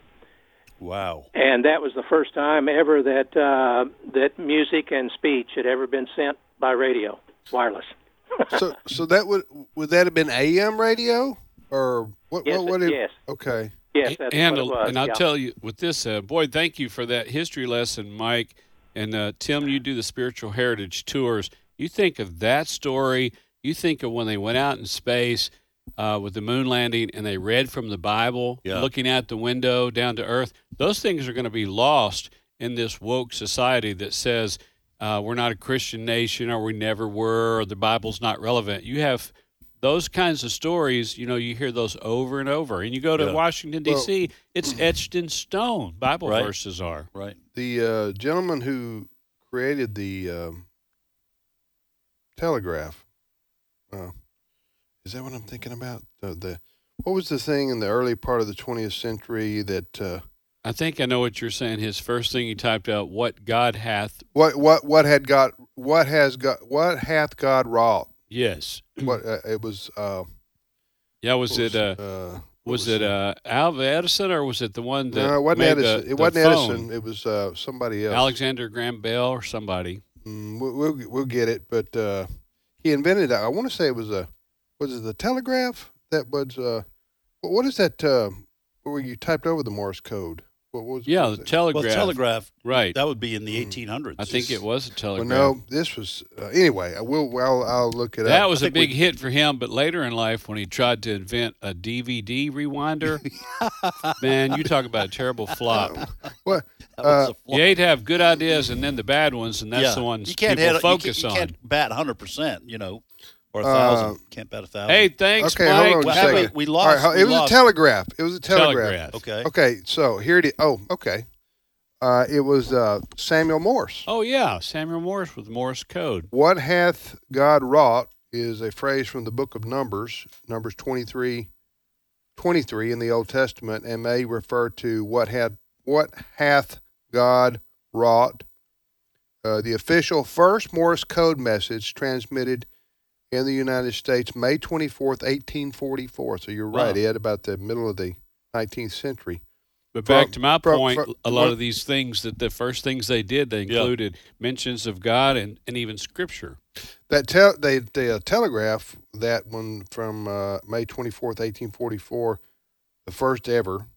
[SPEAKER 3] Wow.
[SPEAKER 8] And that was the first time ever that uh, that music and speech had ever been sent by radio, wireless.
[SPEAKER 2] so so that would would that have been AM radio or what?
[SPEAKER 8] Yes,
[SPEAKER 2] what, what it-
[SPEAKER 8] yes.
[SPEAKER 2] Okay.
[SPEAKER 8] Yes, that's
[SPEAKER 5] and,
[SPEAKER 8] what it was.
[SPEAKER 5] and I'll
[SPEAKER 8] yeah.
[SPEAKER 5] tell you with this, uh, boy, thank you for that history lesson, Mike. And uh, Tim, you do the spiritual heritage tours. You think of that story. You think of when they went out in space uh, with the moon landing and they read from the Bible,
[SPEAKER 3] Yeah.
[SPEAKER 5] looking out the window down to Earth. Those things are going to be lost in this woke society that says uh, we're not a Christian nation or we never were or the Bible's not relevant. You have those kinds of stories, you know, you hear those over and over. And you go to
[SPEAKER 3] Yeah.
[SPEAKER 5] Washington,
[SPEAKER 2] Well-
[SPEAKER 5] D.C., it's etched in stone. Bible
[SPEAKER 3] Right.
[SPEAKER 5] verses are.
[SPEAKER 3] Right.
[SPEAKER 2] The uh, gentleman who created the um, telegraph. Uh, Is that what I'm thinking about? The, the what was the thing in the early part of the 20th century that uh,
[SPEAKER 5] I think I know what you're saying. His first thing he typed out, "What God hath."
[SPEAKER 2] what what what had got what has got what hath God wrought?
[SPEAKER 5] Yes.
[SPEAKER 2] What uh, it was? Uh,
[SPEAKER 5] Yeah. Was
[SPEAKER 2] what
[SPEAKER 5] it uh,
[SPEAKER 2] uh, what
[SPEAKER 5] was it uh, Alva Edison or was it the one that
[SPEAKER 2] no, it wasn't
[SPEAKER 5] made the-
[SPEAKER 2] Edison.
[SPEAKER 5] the
[SPEAKER 2] it wasn't
[SPEAKER 5] phone?
[SPEAKER 2] Edison. It was uh, somebody else.
[SPEAKER 5] Alexander Graham Bell or somebody.
[SPEAKER 2] Mm, we'll, we'll we'll get it. But uh, he invented. I want to say it was a was it the telegraph that was. Uh, wh- what is that? Uh, where you typed over the Morse code? What was?
[SPEAKER 5] Yeah,
[SPEAKER 2] what was
[SPEAKER 5] the
[SPEAKER 2] it?
[SPEAKER 5] telegraph.
[SPEAKER 3] Well, telegraph
[SPEAKER 5] Right.
[SPEAKER 3] that would be in
[SPEAKER 2] Hmm.
[SPEAKER 3] the 1800s.
[SPEAKER 5] I think it was a
[SPEAKER 2] Well,
[SPEAKER 5] telegraph.
[SPEAKER 2] no, this was uh, anyway. I will. Well, I'll look it
[SPEAKER 5] that
[SPEAKER 2] up.
[SPEAKER 5] was a
[SPEAKER 3] I think we-
[SPEAKER 5] big hit for him, but later in life, when he tried to invent a DVD
[SPEAKER 3] [laughs]
[SPEAKER 5] rewinder, man, you talk about a terrible flop.
[SPEAKER 2] What?
[SPEAKER 3] That was
[SPEAKER 2] uh,
[SPEAKER 3] a flop.
[SPEAKER 5] You hate to have good ideas and then the bad ones, and that's
[SPEAKER 3] Yeah.
[SPEAKER 5] the ones
[SPEAKER 3] you can't
[SPEAKER 5] people
[SPEAKER 3] hit, you
[SPEAKER 5] focus
[SPEAKER 3] can't- you
[SPEAKER 5] on.
[SPEAKER 3] can't bat 100 percent, you know, or a
[SPEAKER 2] Uh,
[SPEAKER 3] thousand. can't bat a thousand.
[SPEAKER 5] Hey, thanks,
[SPEAKER 2] okay,
[SPEAKER 5] Mike.
[SPEAKER 2] hold on
[SPEAKER 3] Well,
[SPEAKER 5] Have
[SPEAKER 2] just a
[SPEAKER 5] a
[SPEAKER 2] second.
[SPEAKER 3] about- we
[SPEAKER 2] All right,
[SPEAKER 3] lost- we
[SPEAKER 2] it was
[SPEAKER 3] lost-
[SPEAKER 2] a telegraph. It was a telegraph.
[SPEAKER 5] telegraph.
[SPEAKER 3] okay.
[SPEAKER 2] Okay, so here it is. Oh, okay. Uh, it was uh, Samuel Morse.
[SPEAKER 5] Oh yeah, Samuel Morse with Morse code.
[SPEAKER 2] What hath God wrought is a phrase from the book of Numbers, Numbers 23, 23 in the Old Testament, and may refer to what hath, what hath God wrought. Uh, the official first Morse code message transmitted in the United States May 24th, 1844. So you're right,
[SPEAKER 5] Wow.
[SPEAKER 2] Ed, about the middle of the 19th century.
[SPEAKER 5] But
[SPEAKER 2] From-
[SPEAKER 5] back to my
[SPEAKER 2] from-
[SPEAKER 5] point,
[SPEAKER 2] from-
[SPEAKER 5] a lot
[SPEAKER 2] what-
[SPEAKER 5] of these things that the first things they did, they
[SPEAKER 3] Yeah.
[SPEAKER 5] included mentions of God and, and even scripture.
[SPEAKER 2] That tel- they, they uh, telegraph that one from uh, May 24th, 1844, the first ever,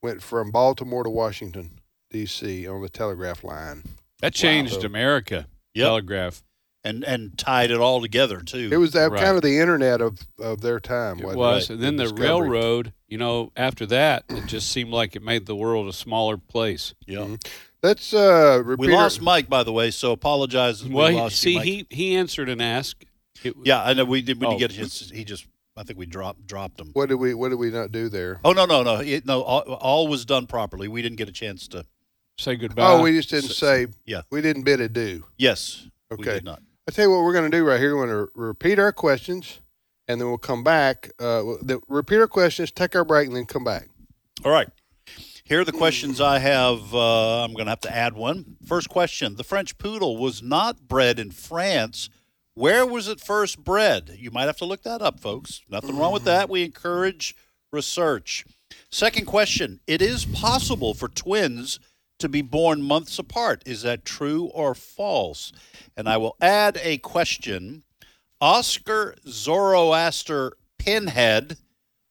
[SPEAKER 2] went from Baltimore to Washington, D.C. on the telegraph line.
[SPEAKER 5] That changed America.
[SPEAKER 3] Yep.
[SPEAKER 5] Telegraph.
[SPEAKER 3] and and tied it all together too.
[SPEAKER 2] It was that
[SPEAKER 5] Right.
[SPEAKER 2] kind of the internet of, of their time.
[SPEAKER 5] It
[SPEAKER 2] wasn't
[SPEAKER 5] was. And then the
[SPEAKER 2] discovery.
[SPEAKER 5] railroad, you know, after that, it just seemed like it made the world a smaller place.
[SPEAKER 3] yeah.
[SPEAKER 2] Let's uh, repeat.
[SPEAKER 3] We lost Mike, by the way, so apologize. if
[SPEAKER 5] well,
[SPEAKER 3] we
[SPEAKER 5] he-
[SPEAKER 3] lost you,
[SPEAKER 5] see,
[SPEAKER 3] Mike.
[SPEAKER 5] he, he answered and asked. It,
[SPEAKER 3] Yeah, I know we did. We
[SPEAKER 5] Oh.
[SPEAKER 3] didn't get his. He just. I think we dropped dropped him.
[SPEAKER 2] What did we What did we not do there?
[SPEAKER 3] Oh no no no it, no! All, all was done properly. We didn't get a chance to.
[SPEAKER 5] Say goodbye.
[SPEAKER 2] Oh, we just didn't
[SPEAKER 3] s-
[SPEAKER 2] say.
[SPEAKER 3] yeah.
[SPEAKER 2] We didn't bid adieu.
[SPEAKER 3] Yes. We
[SPEAKER 2] Okay.
[SPEAKER 3] did not.
[SPEAKER 2] I tell you what we're going to do right here. We're going to repeat our questions, and then we'll come back. Uh, the, repeat our questions, take our break, and then come back.
[SPEAKER 3] All right. Here are the questions I have. Uh, I'm going to have to add one. First question: The French poodle was not bred in France. Where was it first bred? You might have to look that up, folks. Nothing wrong with that. We encourage research. Second question: It is possible for twins to be born months apart. Is that true or false? And I will add a question. Oscar Zoroaster Pinhead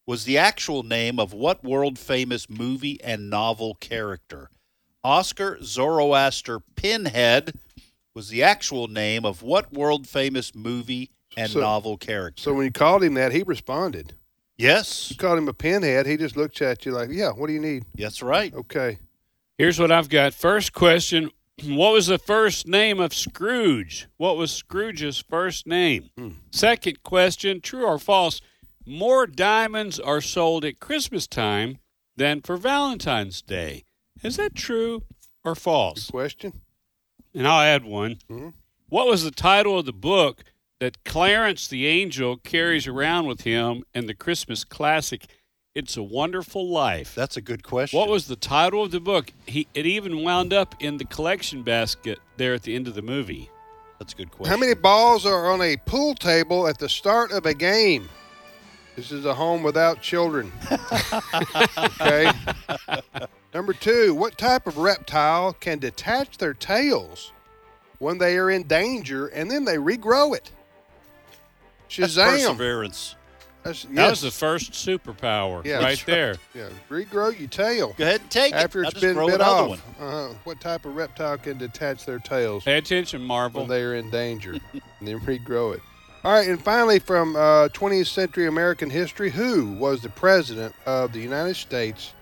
[SPEAKER 3] was the actual name of what world famous movie and novel character? Oscar Zoroaster Pinhead was the actual name of what world famous movie and
[SPEAKER 2] So-
[SPEAKER 3] novel character?
[SPEAKER 2] So when you called him that, he responded.
[SPEAKER 3] yes,
[SPEAKER 2] You called him a pinhead. He just looks at you like, "Yeah, what do you need?"
[SPEAKER 3] that's right.
[SPEAKER 2] Okay.
[SPEAKER 5] Here's what I've got. First question What was the first name of Scrooge? What was Scrooge's first name?
[SPEAKER 2] Hmm.
[SPEAKER 5] Second question True or false? More diamonds are sold at Christmas time than for Valentine's Day. Is that true or
[SPEAKER 2] Good
[SPEAKER 5] false?
[SPEAKER 2] question.
[SPEAKER 5] And I'll add one.
[SPEAKER 2] Mhm.
[SPEAKER 5] What was the title of the book that Clarence the Angel carries around with him in the Christmas classic? It's a Wonderful Life.
[SPEAKER 3] That's a good question.
[SPEAKER 5] What was the title of the book? He it even wound up in the collection basket there at the end of the movie.
[SPEAKER 3] That's a good question.
[SPEAKER 2] How many balls are on a pool table at the start of a game? This is a home
[SPEAKER 3] [laughs]
[SPEAKER 2] without children. okay. Number two, what type of reptile can detach their tails when they are in danger and then they regrow it?
[SPEAKER 3] That's
[SPEAKER 2] Shazam.
[SPEAKER 3] perseverance?
[SPEAKER 2] That's,
[SPEAKER 5] That
[SPEAKER 2] yes.
[SPEAKER 5] was the first superpower
[SPEAKER 2] Yeah.
[SPEAKER 5] right there.
[SPEAKER 2] yeah. Regrow your tail.
[SPEAKER 3] Go ahead and take
[SPEAKER 2] After
[SPEAKER 3] it.
[SPEAKER 2] it's
[SPEAKER 3] I'll just
[SPEAKER 2] been
[SPEAKER 3] throw
[SPEAKER 2] bit
[SPEAKER 3] another one.
[SPEAKER 2] off, Uh, what type of reptile can detach their tails
[SPEAKER 5] Pay attention, Marvel.
[SPEAKER 2] when they are
[SPEAKER 5] [laughs]
[SPEAKER 2] in danger and then regrow it? All right, and finally, from uh, 20th century American history, who was the president of the United States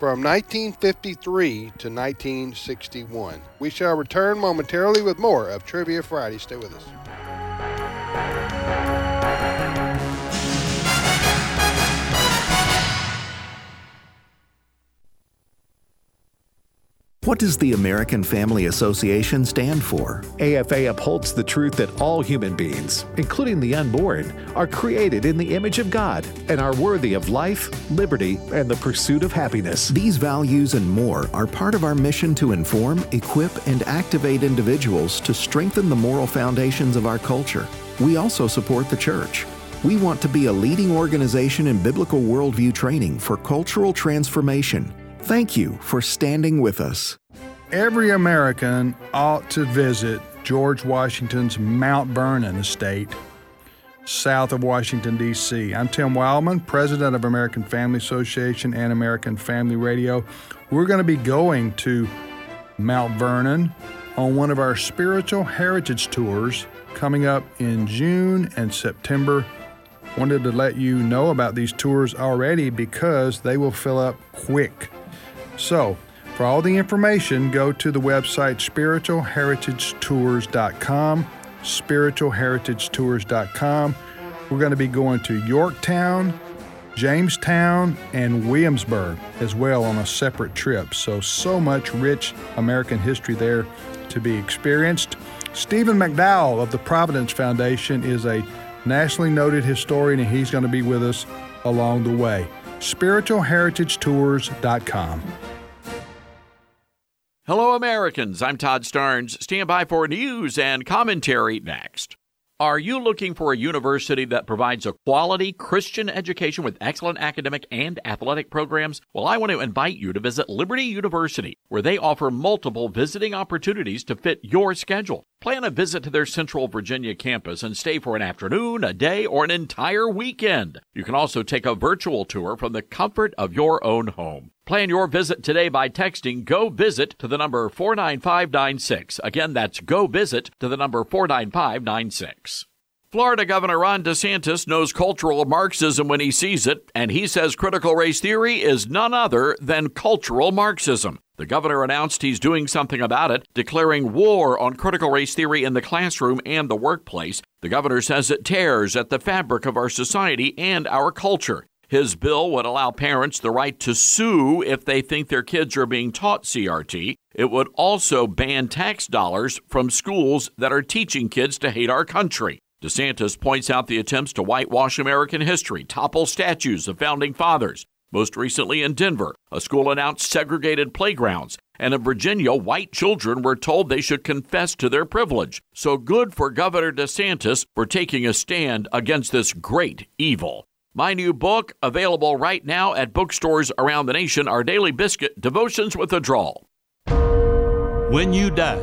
[SPEAKER 2] from 1953 to 1961? We shall return momentarily with more of Trivia Friday. Stay with us.
[SPEAKER 9] What does the American Family Association stand for?
[SPEAKER 10] AFA upholds the truth that all human beings, including the unborn, are created in the image of God and are worthy of life, liberty, and the pursuit of happiness.
[SPEAKER 9] These values and more are part of our mission to inform, equip, and activate individuals to strengthen the moral foundations of our culture. We also support the church. We want to be a leading organization in biblical worldview training for cultural transformation. Thank you for standing with us.
[SPEAKER 2] Every American ought to visit George Washington's Mount Vernon estate south of Washington, D.C. I'm Tim Wildman, president of American Family Association and American Family Radio. We're going to be going to Mount Vernon on one of our spiritual heritage tours coming up in June and September. Wanted to let you know about these tours already because they will fill up quick. So, for all the information, go to the website spiritualheritagetours.com. Spiritualheritagetours.com. We're going to be going to Yorktown, Jamestown, and Williamsburg as well on a separate trip. So, so much rich American history there to be experienced. Stephen McDowell of the Providence Foundation is a nationally noted historian, and he's going to be with us along the way. SpiritualHeritageTours.com.
[SPEAKER 11] Hello, Americans. I'm Todd Starnes. Stand by for news and commentary next. Are you looking for a university that provides a quality Christian education with excellent academic and athletic programs? Well, I want to invite you to visit Liberty University, where they offer multiple visiting opportunities to fit your schedule. Plan a visit to their Central Virginia campus and stay for an afternoon, a day, or an entire weekend. You can also take a virtual tour from the comfort of your own home. Plan your visit today by texting Go Visit to the number 49596. Again, that's Go Visit to the number 49596. Florida Governor Ron DeSantis knows cultural Marxism when he sees it, and he says critical race theory is none other than cultural Marxism. The governor announced he's doing something about it, declaring war on critical race theory in the classroom and the workplace. The governor says it tears at the fabric of our society and our culture. His bill would allow parents the right to sue if they think their kids are being taught CRT. It would also ban tax dollars from schools that are teaching kids to hate our country. DeSantis points out the attempts to whitewash American history, topple statues of founding fathers, most recently in Denver, a school announced segregated playgrounds. And in Virginia, white children were told they should confess to their privilege. So good for Governor DeSantis for taking a stand against this great evil. My new book, available right now at bookstores around the nation, Our Daily Biscuit Devotions with a Drawl.
[SPEAKER 12] When you die,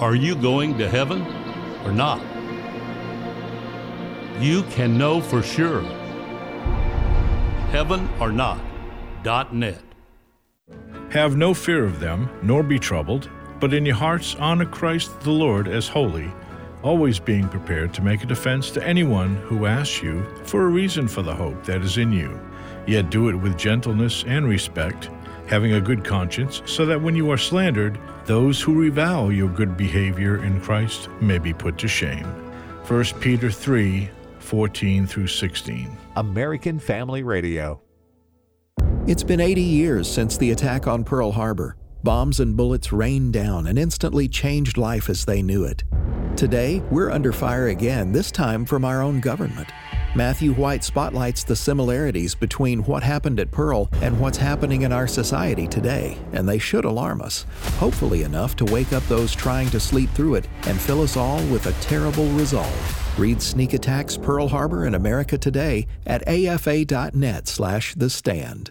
[SPEAKER 12] are you going to heaven or not? You can know for sure heavenornot.net.
[SPEAKER 13] Have no fear of them, nor be troubled, but in your hearts honor Christ the Lord as holy, always being prepared to make a defense to anyone who asks you for a reason for the hope that is in you. Yet do it with gentleness and respect, having a good conscience, so that when you are slandered, those who revile your good behavior in Christ may be put to shame. 1 Peter 3 14 through 16.
[SPEAKER 10] American Family Radio.
[SPEAKER 9] It's been 80 years since the attack on Pearl Harbor. Bombs and bullets rained down and instantly changed life as they knew it. Today, we're under fire again, this time from our own government. Matthew White spotlights the similarities between what happened at Pearl and what's happening in our society today, and they should alarm us, hopefully enough to wake up those trying to sleep through it and fill us all with a terrible resolve. Read Sneak Attacks Pearl Harbor and America Today at afa.net slash the stand.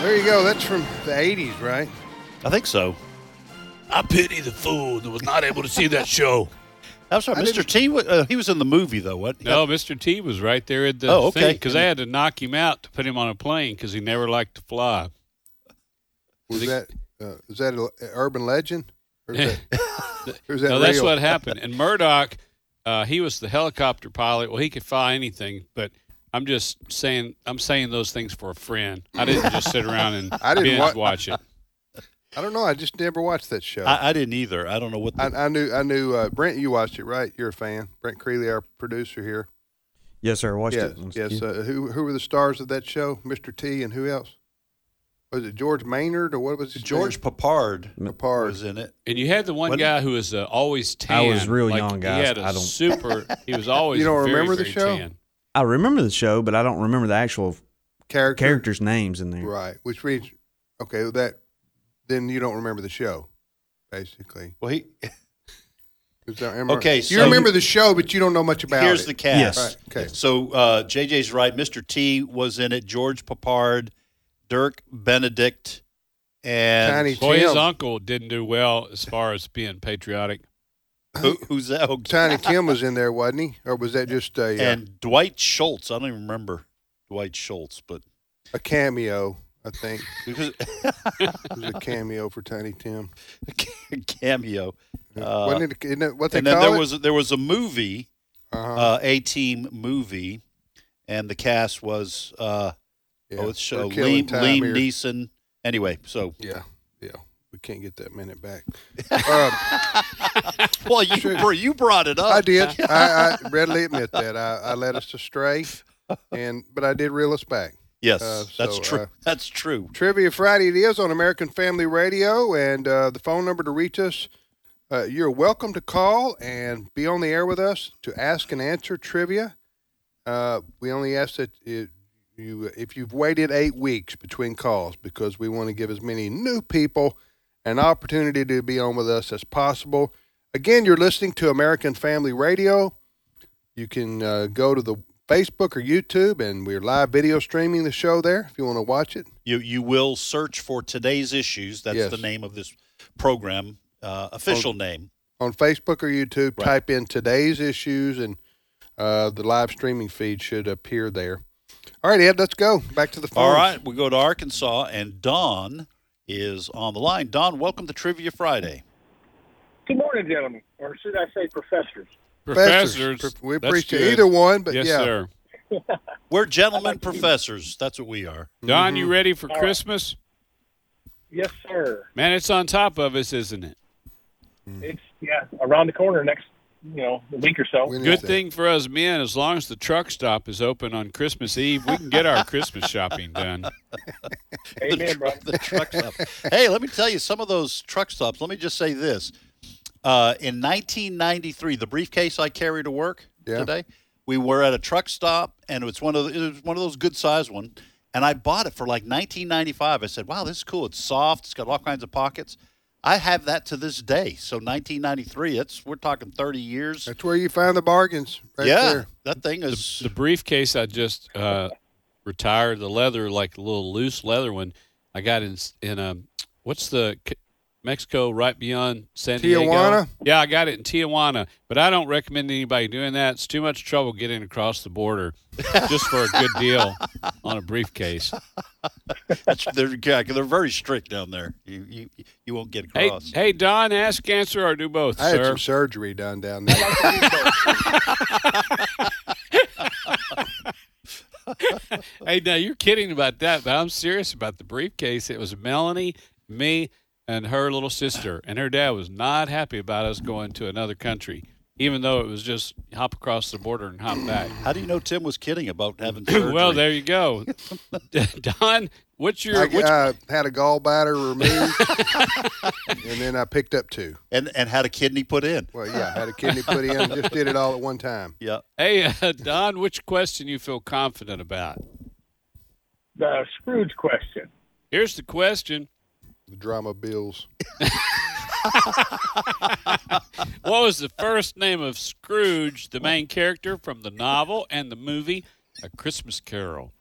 [SPEAKER 14] There you go. That's from the 80s, right?
[SPEAKER 3] I think so.
[SPEAKER 15] I pity the fool that was not able to see that
[SPEAKER 3] [laughs]
[SPEAKER 15] show.
[SPEAKER 3] I'm sorry,
[SPEAKER 14] I
[SPEAKER 3] Mr.
[SPEAKER 14] didn't-
[SPEAKER 3] T. wa- Uh, he was in the movie though. What?
[SPEAKER 5] No, Mr. T was right there at the
[SPEAKER 3] Oh, okay.
[SPEAKER 5] because they had to knock him out to put him on a plane because he never liked to fly.
[SPEAKER 14] Was that
[SPEAKER 2] Uh, is that an urban legend? Or is
[SPEAKER 3] [laughs]
[SPEAKER 2] that, or is that
[SPEAKER 5] no, that's
[SPEAKER 2] real?
[SPEAKER 5] what
[SPEAKER 2] [laughs]
[SPEAKER 5] happened. And Murdoch, uh, he was the helicopter pilot. Well, he could fly anything, but I'm just saying, I'm saying those things for a friend. I didn't just sit around and
[SPEAKER 2] [laughs] I didn't
[SPEAKER 5] binge
[SPEAKER 2] wa-
[SPEAKER 5] watch it.
[SPEAKER 2] I don't know. I just never watched that show.
[SPEAKER 3] I, I didn't either. I don't know what. The,
[SPEAKER 2] I, I knew. I knew. Uh, Brent, you watched it, right? You're a fan. Brent Creeley, our producer here.
[SPEAKER 16] Yes, sir. I watched
[SPEAKER 2] yes,
[SPEAKER 16] it.
[SPEAKER 2] Yes. Uh, who Who were the stars of that show? Mr. T and who else? Was it George Maynard or what was his
[SPEAKER 3] George
[SPEAKER 2] name?
[SPEAKER 3] Papard
[SPEAKER 2] Papard
[SPEAKER 3] was in it.
[SPEAKER 5] And you had the one
[SPEAKER 3] Wasn't-
[SPEAKER 5] guy who was uh, always tan.
[SPEAKER 16] I was real
[SPEAKER 5] Like,
[SPEAKER 16] young,
[SPEAKER 5] He
[SPEAKER 16] guys.
[SPEAKER 5] had a
[SPEAKER 16] I don't-
[SPEAKER 5] super. He
[SPEAKER 2] [laughs]
[SPEAKER 5] was always.
[SPEAKER 2] You don't
[SPEAKER 5] very,
[SPEAKER 2] remember the
[SPEAKER 5] very
[SPEAKER 2] show?
[SPEAKER 5] tan.
[SPEAKER 16] I remember the show, but I don't remember the actual
[SPEAKER 2] Character.
[SPEAKER 16] characters' names in there.
[SPEAKER 2] Right. Which means, okay, that then you don't remember the show, basically.
[SPEAKER 3] Well, he.
[SPEAKER 2] Is that- am I-
[SPEAKER 3] Okay,
[SPEAKER 2] you
[SPEAKER 3] so-
[SPEAKER 2] remember the show, but you don't know much about
[SPEAKER 3] Here's
[SPEAKER 2] it.
[SPEAKER 3] the cast.
[SPEAKER 2] Right, okay.
[SPEAKER 3] So uh, JJ's right. Mr. T was in it. George Papard, Dirk Benedict, and
[SPEAKER 2] Tiny
[SPEAKER 5] Boy, his
[SPEAKER 2] Tim.
[SPEAKER 5] uncle didn't do well as far as being patriotic.
[SPEAKER 3] [laughs]
[SPEAKER 2] [laughs]
[SPEAKER 3] Who, who's that? Oh,
[SPEAKER 2] Tiny
[SPEAKER 3] [laughs]
[SPEAKER 2] Kim was in there, wasn't he? Or was that just a uh,
[SPEAKER 3] and Dwight Schultz. I don't even remember Dwight Schultz, but
[SPEAKER 2] a cameo? I think
[SPEAKER 3] [laughs] because
[SPEAKER 2] it was a cameo for Tiny Tim.
[SPEAKER 3] cameo. Uh,
[SPEAKER 2] wasn't it? Isn't it what they
[SPEAKER 3] and then
[SPEAKER 2] call
[SPEAKER 3] there
[SPEAKER 2] it?
[SPEAKER 3] was there was a movie,
[SPEAKER 2] Uh-huh.
[SPEAKER 3] uh, a team movie, and the cast was uh, oh, it's
[SPEAKER 2] we're
[SPEAKER 3] show
[SPEAKER 2] killing
[SPEAKER 3] Liam,
[SPEAKER 2] time
[SPEAKER 3] Liam
[SPEAKER 2] here.
[SPEAKER 3] Neeson. Anyway, so
[SPEAKER 2] yeah, yeah. We can't get that minute back. Uh,
[SPEAKER 3] [laughs] well, you br- you brought it up. [laughs]
[SPEAKER 2] I did. I, I readily admit that I, I led us astray, and but I did reel us back.
[SPEAKER 3] Yes,
[SPEAKER 2] Uh,
[SPEAKER 3] that's
[SPEAKER 2] so,
[SPEAKER 3] true.
[SPEAKER 2] uh,
[SPEAKER 3] that's true.
[SPEAKER 2] Trivia Friday it is on American Family Radio, and uh, the phone number to reach us. Uh, you're welcome to call and be on the air with us to ask and answer trivia. Uh, we only ask that it, you, if you've waited eight weeks between calls, because we want to give as many new people an opportunity to be on with us as possible. Again, you're listening to American Family Radio. You can uh, go to the Facebook or YouTube, and we're live video streaming the show there if you want to watch it.
[SPEAKER 3] You you will search for today's issues. That's the name of this program, uh, official
[SPEAKER 2] Oh,
[SPEAKER 3] name.
[SPEAKER 2] on Facebook or YouTube, type in today's issues, and uh, the live streaming feed should appear there. All right, Ed, let's go back to the phone.
[SPEAKER 3] All right, we go to Arkansas, and Don is on the line. Don, welcome to Trivia Friday.
[SPEAKER 17] Good morning, gentlemen, or should I say professors? [laughs]
[SPEAKER 2] Professors. Professors. We That's appreciate good. either one, but Yes, yeah. sir.
[SPEAKER 3] We're gentlemen professors. That's what we are.
[SPEAKER 5] Don,
[SPEAKER 2] Mm-hmm.
[SPEAKER 5] you ready for
[SPEAKER 17] All right.
[SPEAKER 5] Christmas?
[SPEAKER 17] Yes, sir.
[SPEAKER 5] Man, it's on top of us, isn't it?
[SPEAKER 17] It's yeah around the corner next, you know, a week or so.
[SPEAKER 5] Good thing for us men, as long as the truck stop is open on Christmas Eve, we can get our Christmas shopping done.
[SPEAKER 17] Amen, bro.
[SPEAKER 3] [laughs] The truck stop. hey, let me tell you some of those truck stops. Let me just say this: uh, in 1993, the briefcase I carry to work today, we were at a truck stop, and it's one of the, it was one of those good sized one, and I bought it for like 1995. I said, "Wow, this is cool. It's soft. It's got all kinds of pockets." I have that to this day. So 1993, it's we're talking 30 years.
[SPEAKER 2] That's where you find the bargains. Right
[SPEAKER 3] yeah,
[SPEAKER 2] there.
[SPEAKER 3] that thing is
[SPEAKER 5] The briefcase I just uh, retired, the leather, like the little loose leather one, I got in in um what's the C- Mexico right beyond San Diego?
[SPEAKER 2] Tijuana?
[SPEAKER 5] Yeah, I got it in Tijuana, but I don't recommend anybody doing that. It's too much trouble getting across the border just for a good deal on a briefcase.
[SPEAKER 3] they're yeah, they're very strict down there. You you you won't get
[SPEAKER 5] Hey,
[SPEAKER 3] across.
[SPEAKER 5] hey, Don, ask, answer, or do both,
[SPEAKER 2] I had
[SPEAKER 5] sir.
[SPEAKER 2] some surgery done down there.
[SPEAKER 5] [laughs] hey, now you're kidding about that, but I'm serious about the briefcase. It was Melanie, me, and her little sister, and her dad was not happy about us going to another country, even though it was just hop across the border and hop back.
[SPEAKER 3] How do you know Tim was kidding about having
[SPEAKER 5] [clears throat]
[SPEAKER 3] surgery?
[SPEAKER 5] well, there you
[SPEAKER 3] [laughs]
[SPEAKER 5] go, Don. What's your
[SPEAKER 2] I,
[SPEAKER 5] which,
[SPEAKER 2] I had a gallbladder removed, and then I picked up two.
[SPEAKER 3] and and had a kidney put in.
[SPEAKER 2] Well, yeah, I had a kidney put in. Just did it all at one time.
[SPEAKER 3] Yeah.
[SPEAKER 5] hey uh, Don? Which question you feel confident about?
[SPEAKER 17] The Scrooge question.
[SPEAKER 5] Here's the question:
[SPEAKER 2] The drama bills.
[SPEAKER 5] [laughs] What was the first name of Scrooge, the main character from the novel and the movie A Christmas Carol?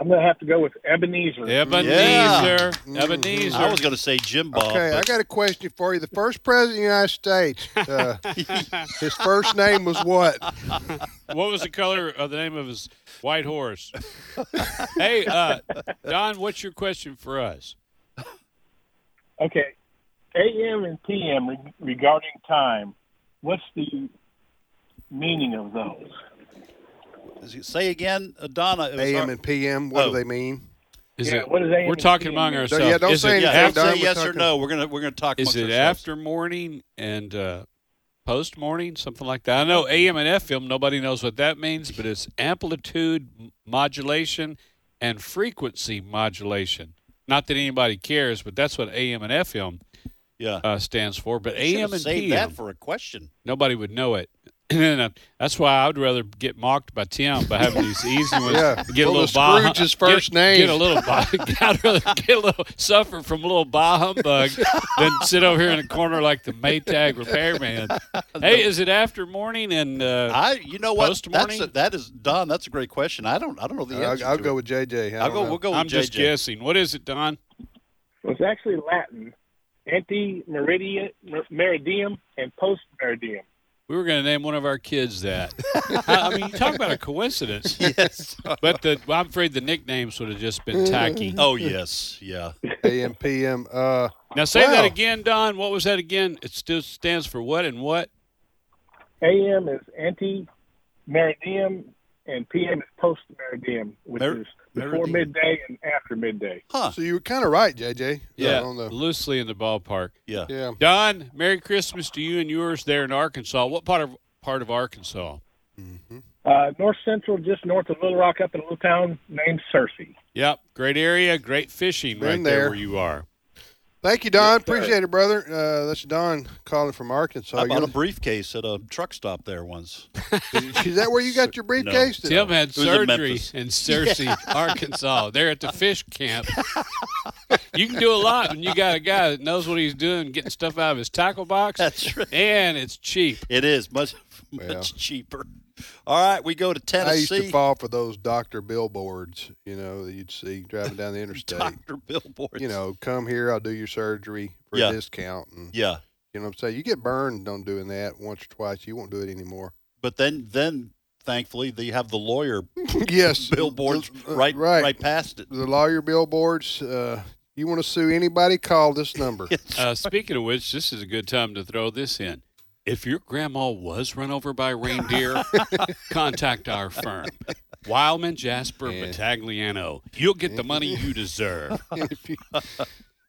[SPEAKER 17] I'm gonna have to go with Ebenezer.
[SPEAKER 5] Ebenezer. Ebenezer.
[SPEAKER 3] I was going to say Jim Bob.
[SPEAKER 2] Mm-hmm. Okay, I
[SPEAKER 3] but
[SPEAKER 2] got a question for you. The first president of the United States, uh, his first name was what?
[SPEAKER 5] [laughs] What was the color of the name of his white horse? hey, uh, Don, what's your question for us?
[SPEAKER 17] Okay, AM and PM re- regarding time. What's the meaning of those?
[SPEAKER 3] Say again, uh, Donna. it was
[SPEAKER 2] AM
[SPEAKER 3] our-
[SPEAKER 2] and PM. What
[SPEAKER 3] Oh.
[SPEAKER 2] do they mean?
[SPEAKER 5] Is it- We're talking among ourselves.
[SPEAKER 2] Yeah, don't
[SPEAKER 5] Is
[SPEAKER 2] say
[SPEAKER 5] it
[SPEAKER 2] anything.
[SPEAKER 5] after-
[SPEAKER 2] Don. We're talking-
[SPEAKER 3] We're gonna we're gonna talk.
[SPEAKER 5] Is it
[SPEAKER 3] amongst
[SPEAKER 5] after morning and uh, post morning, something like that? I know AM and FM. Nobody knows what that means, but it's amplitude m- modulation and frequency modulation. Not that anybody cares, but that's what AM and FM
[SPEAKER 3] yeah.
[SPEAKER 5] uh, stands for. But
[SPEAKER 3] Should have
[SPEAKER 5] AM and
[SPEAKER 3] saved
[SPEAKER 5] PM,
[SPEAKER 3] that for a question.
[SPEAKER 5] nobody would know it. [clears throat] And uh, that's why I'd rather get mocked by Tim by having these easy
[SPEAKER 2] [laughs]
[SPEAKER 5] ones.
[SPEAKER 2] Yeah.
[SPEAKER 5] Get a
[SPEAKER 2] Well,
[SPEAKER 5] little
[SPEAKER 2] the
[SPEAKER 5] bah-
[SPEAKER 2] Scrooge's
[SPEAKER 5] get-
[SPEAKER 2] first name.
[SPEAKER 5] Get a little bah- [laughs] I'd rather get a little suffer from a little bah humbug than sit over here in a corner like the Maytag
[SPEAKER 3] [laughs]
[SPEAKER 5] repairman. Hey, is it after morning and uh,
[SPEAKER 3] I? You know what?
[SPEAKER 5] Post
[SPEAKER 3] That's
[SPEAKER 5] morning.
[SPEAKER 3] a, that is Don. That's a great question. I don't I don't know the
[SPEAKER 5] I'll-
[SPEAKER 3] answer.
[SPEAKER 5] I'll
[SPEAKER 3] to
[SPEAKER 5] go
[SPEAKER 3] it.
[SPEAKER 5] with
[SPEAKER 2] JJ.
[SPEAKER 3] I'll go. We'll go
[SPEAKER 5] I'm
[SPEAKER 3] with
[SPEAKER 5] just
[SPEAKER 3] JJ.
[SPEAKER 5] guessing. What is it, Don?
[SPEAKER 17] Well, it's actually Latin, anti meridium and post meridium.
[SPEAKER 5] We were going to name one of our kids that. I, I mean, you talk about a
[SPEAKER 2] [laughs]
[SPEAKER 5] coincidence.
[SPEAKER 3] Yes.
[SPEAKER 5] But the, well, I'm afraid the nicknames would have just been
[SPEAKER 2] [laughs]
[SPEAKER 5] tacky.
[SPEAKER 3] Oh yes, yeah.
[SPEAKER 2] AM PM. Uh,
[SPEAKER 5] Now say that
[SPEAKER 2] wow.
[SPEAKER 5] again, Don. What was that again? It still stands for what and what?
[SPEAKER 17] AM is anti meridium and PM is post meridium, which
[SPEAKER 5] Mer-
[SPEAKER 17] is before
[SPEAKER 5] meridium.
[SPEAKER 17] midday and after midday.
[SPEAKER 2] So you were kind of right, JJ.
[SPEAKER 5] Yeah,
[SPEAKER 2] On the,
[SPEAKER 5] loosely in the ballpark.
[SPEAKER 3] Yeah.
[SPEAKER 2] yeah.
[SPEAKER 5] Don, Merry Christmas to you and yours there in Arkansas. What part of part of Arkansas?
[SPEAKER 17] Uh, north central, just north of Little Rock, up in a little town named Searcy.
[SPEAKER 5] Yep, great area, great fishing
[SPEAKER 2] Been
[SPEAKER 5] right
[SPEAKER 2] there.
[SPEAKER 5] where you are.
[SPEAKER 2] Thank you, Don. Appreciate it, brother. Uh, that's Don calling from Arkansas.
[SPEAKER 3] I bought a
[SPEAKER 2] You-
[SPEAKER 3] briefcase at a truck stop
[SPEAKER 5] [laughs]
[SPEAKER 3] there once.
[SPEAKER 2] [laughs] Is that where you got your briefcase?
[SPEAKER 5] Tim had
[SPEAKER 3] It was in
[SPEAKER 5] surgery
[SPEAKER 3] Memphis.
[SPEAKER 2] [laughs]
[SPEAKER 5] in Searcy, Arkansas. They're at the fish camp. you can do a lot when you got a guy that knows what he's doing, getting stuff out of his tackle box.
[SPEAKER 3] That's right.
[SPEAKER 5] And it's cheap.
[SPEAKER 3] It is much much cheaper. All right, we go to
[SPEAKER 2] I used to
[SPEAKER 3] Tennessee.
[SPEAKER 2] fall for those doctor billboards, you know, that you'd see driving
[SPEAKER 3] [laughs]
[SPEAKER 2] down the interstate.
[SPEAKER 3] Doctor billboards.
[SPEAKER 2] You know, come here, I'll do your surgery for
[SPEAKER 3] Yeah.
[SPEAKER 2] a discount. And,
[SPEAKER 3] Yeah,
[SPEAKER 2] You know what I'm saying? You get burned on doing that once or twice. You won't do it anymore.
[SPEAKER 3] but then then thankfully they have the lawyer
[SPEAKER 2] [laughs] yes.
[SPEAKER 3] billboards
[SPEAKER 2] Uh,
[SPEAKER 3] right
[SPEAKER 2] right.
[SPEAKER 3] right, past it.
[SPEAKER 2] The lawyer billboards, uh, you want to sue anybody, call
[SPEAKER 3] [laughs]
[SPEAKER 2] this [laughs] number.
[SPEAKER 5] Uh, speaking of which, this is a good time to throw this in. If your grandma was run over by
[SPEAKER 2] [laughs]
[SPEAKER 5] reindeer, contact our firm, Wildman Jasper Battagliano. You'll get the money you
[SPEAKER 2] [laughs]
[SPEAKER 5] deserve.
[SPEAKER 2] and, if you,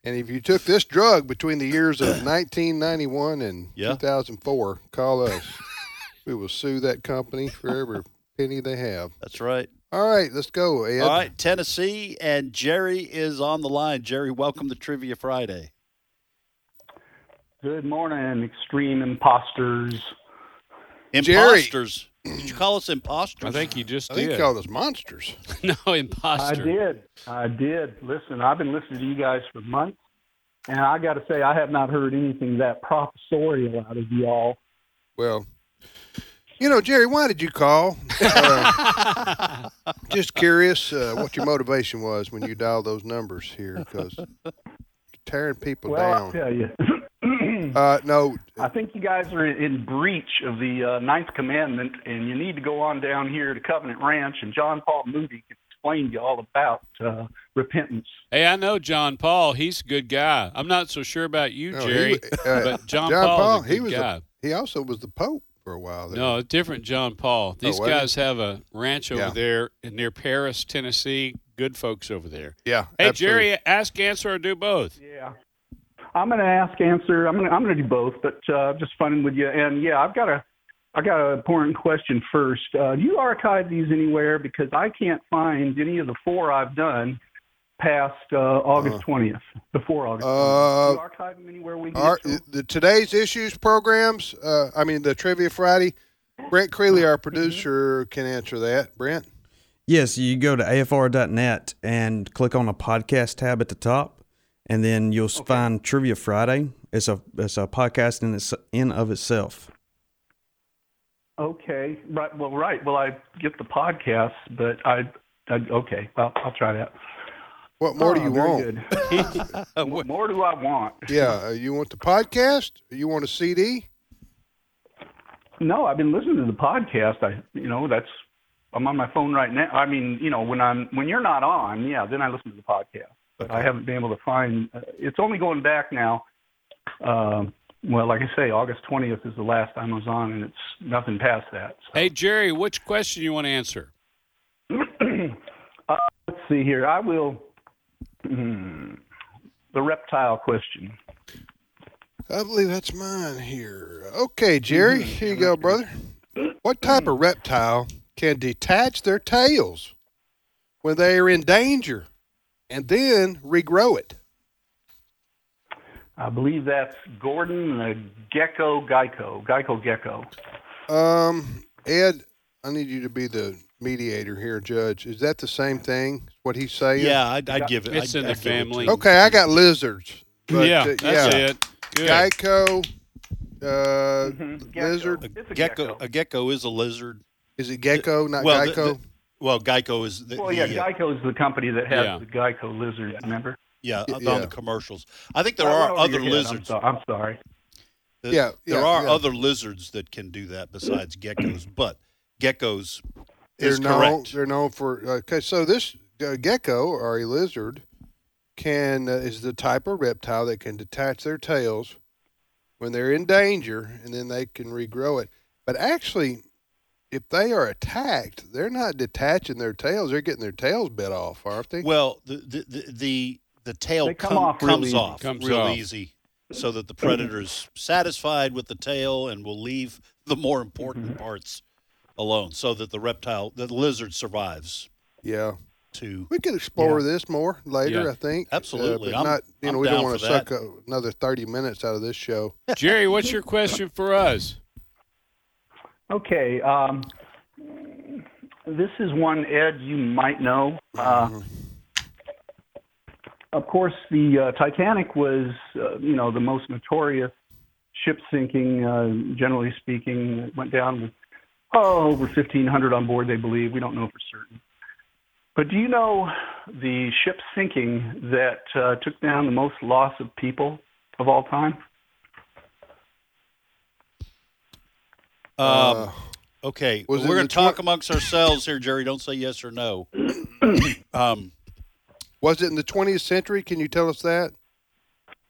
[SPEAKER 2] and if you took this drug between the
[SPEAKER 3] [clears throat]
[SPEAKER 2] years of 1991 and
[SPEAKER 3] Yeah.
[SPEAKER 2] 2004, call us. we will sue that company for
[SPEAKER 3] [laughs]
[SPEAKER 2] every penny they have.
[SPEAKER 3] That's right.
[SPEAKER 2] All right, let's go, Ed.
[SPEAKER 3] All right, Tennessee and Jerry is on the line. Jerry, welcome to Trivia Friday.
[SPEAKER 18] Good morning, extreme imposters.
[SPEAKER 2] Jerry. [laughs]
[SPEAKER 3] Imposters. Did you call us imposters?
[SPEAKER 5] I think you just
[SPEAKER 2] I
[SPEAKER 5] did.
[SPEAKER 2] think you called us
[SPEAKER 3] [laughs]
[SPEAKER 2] monsters.
[SPEAKER 5] no, imposter.
[SPEAKER 18] I did. I did. Listen, I've been listening to you guys for months, and I got to say, I have not heard anything that professorial out of y'all.
[SPEAKER 2] Well, you know, Jerry, why did
[SPEAKER 3] [laughs]
[SPEAKER 2] you call? Uh,
[SPEAKER 5] [laughs]
[SPEAKER 2] just curious uh, what your motivation was when you dialed those numbers here, because tearing people
[SPEAKER 18] Well, I'll
[SPEAKER 2] down.
[SPEAKER 18] tell you,
[SPEAKER 2] [clears throat]
[SPEAKER 18] [clears throat]
[SPEAKER 2] Uh, no,
[SPEAKER 18] I think you guys are in breach of the uh, ninth commandment, and you need to go on down here to Covenant Ranch, and John Paul Moody can explain to you all about uh, repentance.
[SPEAKER 5] Hey, I know John Paul. He's a good guy. I'm not so sure about you,
[SPEAKER 2] No, he
[SPEAKER 5] Jerry,
[SPEAKER 2] wa- uh,
[SPEAKER 5] but John,
[SPEAKER 2] John
[SPEAKER 5] Paul's
[SPEAKER 2] Paul,
[SPEAKER 5] a good
[SPEAKER 2] he was a-
[SPEAKER 5] guy.
[SPEAKER 2] he also was the Pope for a while. There.
[SPEAKER 5] No, a different John Paul. These
[SPEAKER 2] Oh, was it?
[SPEAKER 5] guys have a ranch over
[SPEAKER 2] Yeah.
[SPEAKER 5] there in near Paris, Tennessee. Good folks over there.
[SPEAKER 2] Yeah.
[SPEAKER 5] Hey,
[SPEAKER 2] absolutely.
[SPEAKER 5] Jerry, ask, answer, or do both.
[SPEAKER 18] Yeah. I'm going to ask, answer. I'm going to I'm going to do both, but uh, just fun with you. And yeah, I've got a I got an important question first. Uh, do you archive these anywhere? Because I can't find any of the four I've done past uh, August twentieth. Before August. 20th. Do you
[SPEAKER 2] Uh,
[SPEAKER 18] archive them anywhere we can.
[SPEAKER 2] Our,
[SPEAKER 18] get to 'em?
[SPEAKER 2] the today's issues programs. Uh, I mean the trivia Friday. Brent Creeley, our producer, can answer that. Brent,
[SPEAKER 16] Yes, you go to afr.net and click on the podcast tab at the top, and then you'll s find Trivia Friday. It's a it's a podcast in its in of itself.
[SPEAKER 18] Okay. Right. Well, right. Well, I get the podcast, but I, I okay. Well, I'll try that.
[SPEAKER 2] what more do
[SPEAKER 18] Ah,
[SPEAKER 2] you
[SPEAKER 18] very
[SPEAKER 2] want? [laughs]
[SPEAKER 18] good.
[SPEAKER 5] [laughs]
[SPEAKER 18] [laughs] what more do I want?
[SPEAKER 2] Yeah, uh, you want the podcast? You want a CD?
[SPEAKER 18] No, I've been listening to the podcast. I, you know, that's I'm on my phone right now. I mean, you know, when I'm when you're not on, yeah, then I listen to the podcast. but I haven't been able to find. Uh, it's only going back now. Um, well, like I say, August 20th is the last time I was on, and it's nothing past that. [clears throat]
[SPEAKER 5] Hey, Jerry, which question you want to answer?
[SPEAKER 18] uh, let's see here. I will. hmm, the reptile question.
[SPEAKER 2] I believe that's mine here. Okay, Jerry,
[SPEAKER 3] Mm-hmm.
[SPEAKER 2] here you go, brother. What type of reptile can detach their tails when they are in danger and then regrow it?
[SPEAKER 18] I believe that's Gordon the Gecko Geico. Geico Gecko.
[SPEAKER 2] Um, Ed, I need you to be the mediator here, Judge. Is that the same thing? What he's saying?
[SPEAKER 3] Yeah, I'd- I'd give it- It's I'd- in the I'd give it to family. him.
[SPEAKER 2] Okay, I got lizards.
[SPEAKER 3] Yeah, that's it. Good.
[SPEAKER 2] uh, Geico, uh, lizard.
[SPEAKER 3] A gecko. A gecko is a lizard.
[SPEAKER 2] Is it gecko, not
[SPEAKER 3] well, the-
[SPEAKER 2] Geico?
[SPEAKER 3] the- well, Geico is. The,
[SPEAKER 18] Well, yeah,
[SPEAKER 3] the, uh,
[SPEAKER 18] Geico is the company that has
[SPEAKER 3] Yeah.
[SPEAKER 18] the Geico lizard. Remember?
[SPEAKER 3] Yeah,
[SPEAKER 18] Y-
[SPEAKER 3] on
[SPEAKER 18] yeah.
[SPEAKER 3] the commercials. I think there
[SPEAKER 18] I went
[SPEAKER 3] are
[SPEAKER 18] over
[SPEAKER 3] other
[SPEAKER 18] your head. I'm
[SPEAKER 3] lizards.
[SPEAKER 18] so- I'm sorry.
[SPEAKER 3] The-
[SPEAKER 18] Yeah,
[SPEAKER 3] there
[SPEAKER 18] yeah,
[SPEAKER 3] are
[SPEAKER 18] yeah.
[SPEAKER 3] other lizards that can do that besides geckos, but geckos
[SPEAKER 2] They're
[SPEAKER 3] is
[SPEAKER 2] known.
[SPEAKER 3] correct.
[SPEAKER 2] They're known for. Okay, so this uh, gecko or a lizard can uh, is the type of reptile that can detach their tails when they're in danger, and then they can regrow it. But actually, if they are attacked, they're not detaching their tails. They're getting their tails bit off, aren't they?
[SPEAKER 3] Well, the the the the, the tail
[SPEAKER 2] They come
[SPEAKER 3] come-
[SPEAKER 2] off real
[SPEAKER 3] comes
[SPEAKER 2] easy.
[SPEAKER 3] off
[SPEAKER 2] Comes
[SPEAKER 3] real
[SPEAKER 2] off.
[SPEAKER 3] easy, so that the predator's satisfied with the tail and will leave the more
[SPEAKER 2] Mm-hmm.
[SPEAKER 3] important parts alone, so that the reptile, the lizard, survives.
[SPEAKER 2] Yeah.
[SPEAKER 3] To
[SPEAKER 2] We could explore this more later,
[SPEAKER 3] Yeah.
[SPEAKER 2] I think. uh,
[SPEAKER 3] Absolutely.
[SPEAKER 2] but
[SPEAKER 3] I'm-
[SPEAKER 2] not, you know,
[SPEAKER 3] I'm
[SPEAKER 2] we don't
[SPEAKER 3] down
[SPEAKER 2] want to
[SPEAKER 3] for that.
[SPEAKER 2] suck uh, another 30 minutes out of this show.
[SPEAKER 5] Jerry, what's your question for
[SPEAKER 2] [laughs]
[SPEAKER 5] us?
[SPEAKER 18] Okay. Um, this is one, Ed, you might know. Uh, of course, the uh, Titanic was, uh, you know, the most notorious ship sinking, uh, generally speaking. It went down with, oh, over 1,500 on board, they believe. We don't know for certain. But do you know the ship sinking that uh, took down the most loss of people of all time?
[SPEAKER 3] Um,
[SPEAKER 2] uh,
[SPEAKER 3] okay,
[SPEAKER 18] was it
[SPEAKER 3] we're going
[SPEAKER 18] the
[SPEAKER 3] to talk amongst ourselves here, Jerry. Don't say yes or
[SPEAKER 2] [coughs]
[SPEAKER 3] no. um,
[SPEAKER 2] was it in the 20th century? Can you tell us that?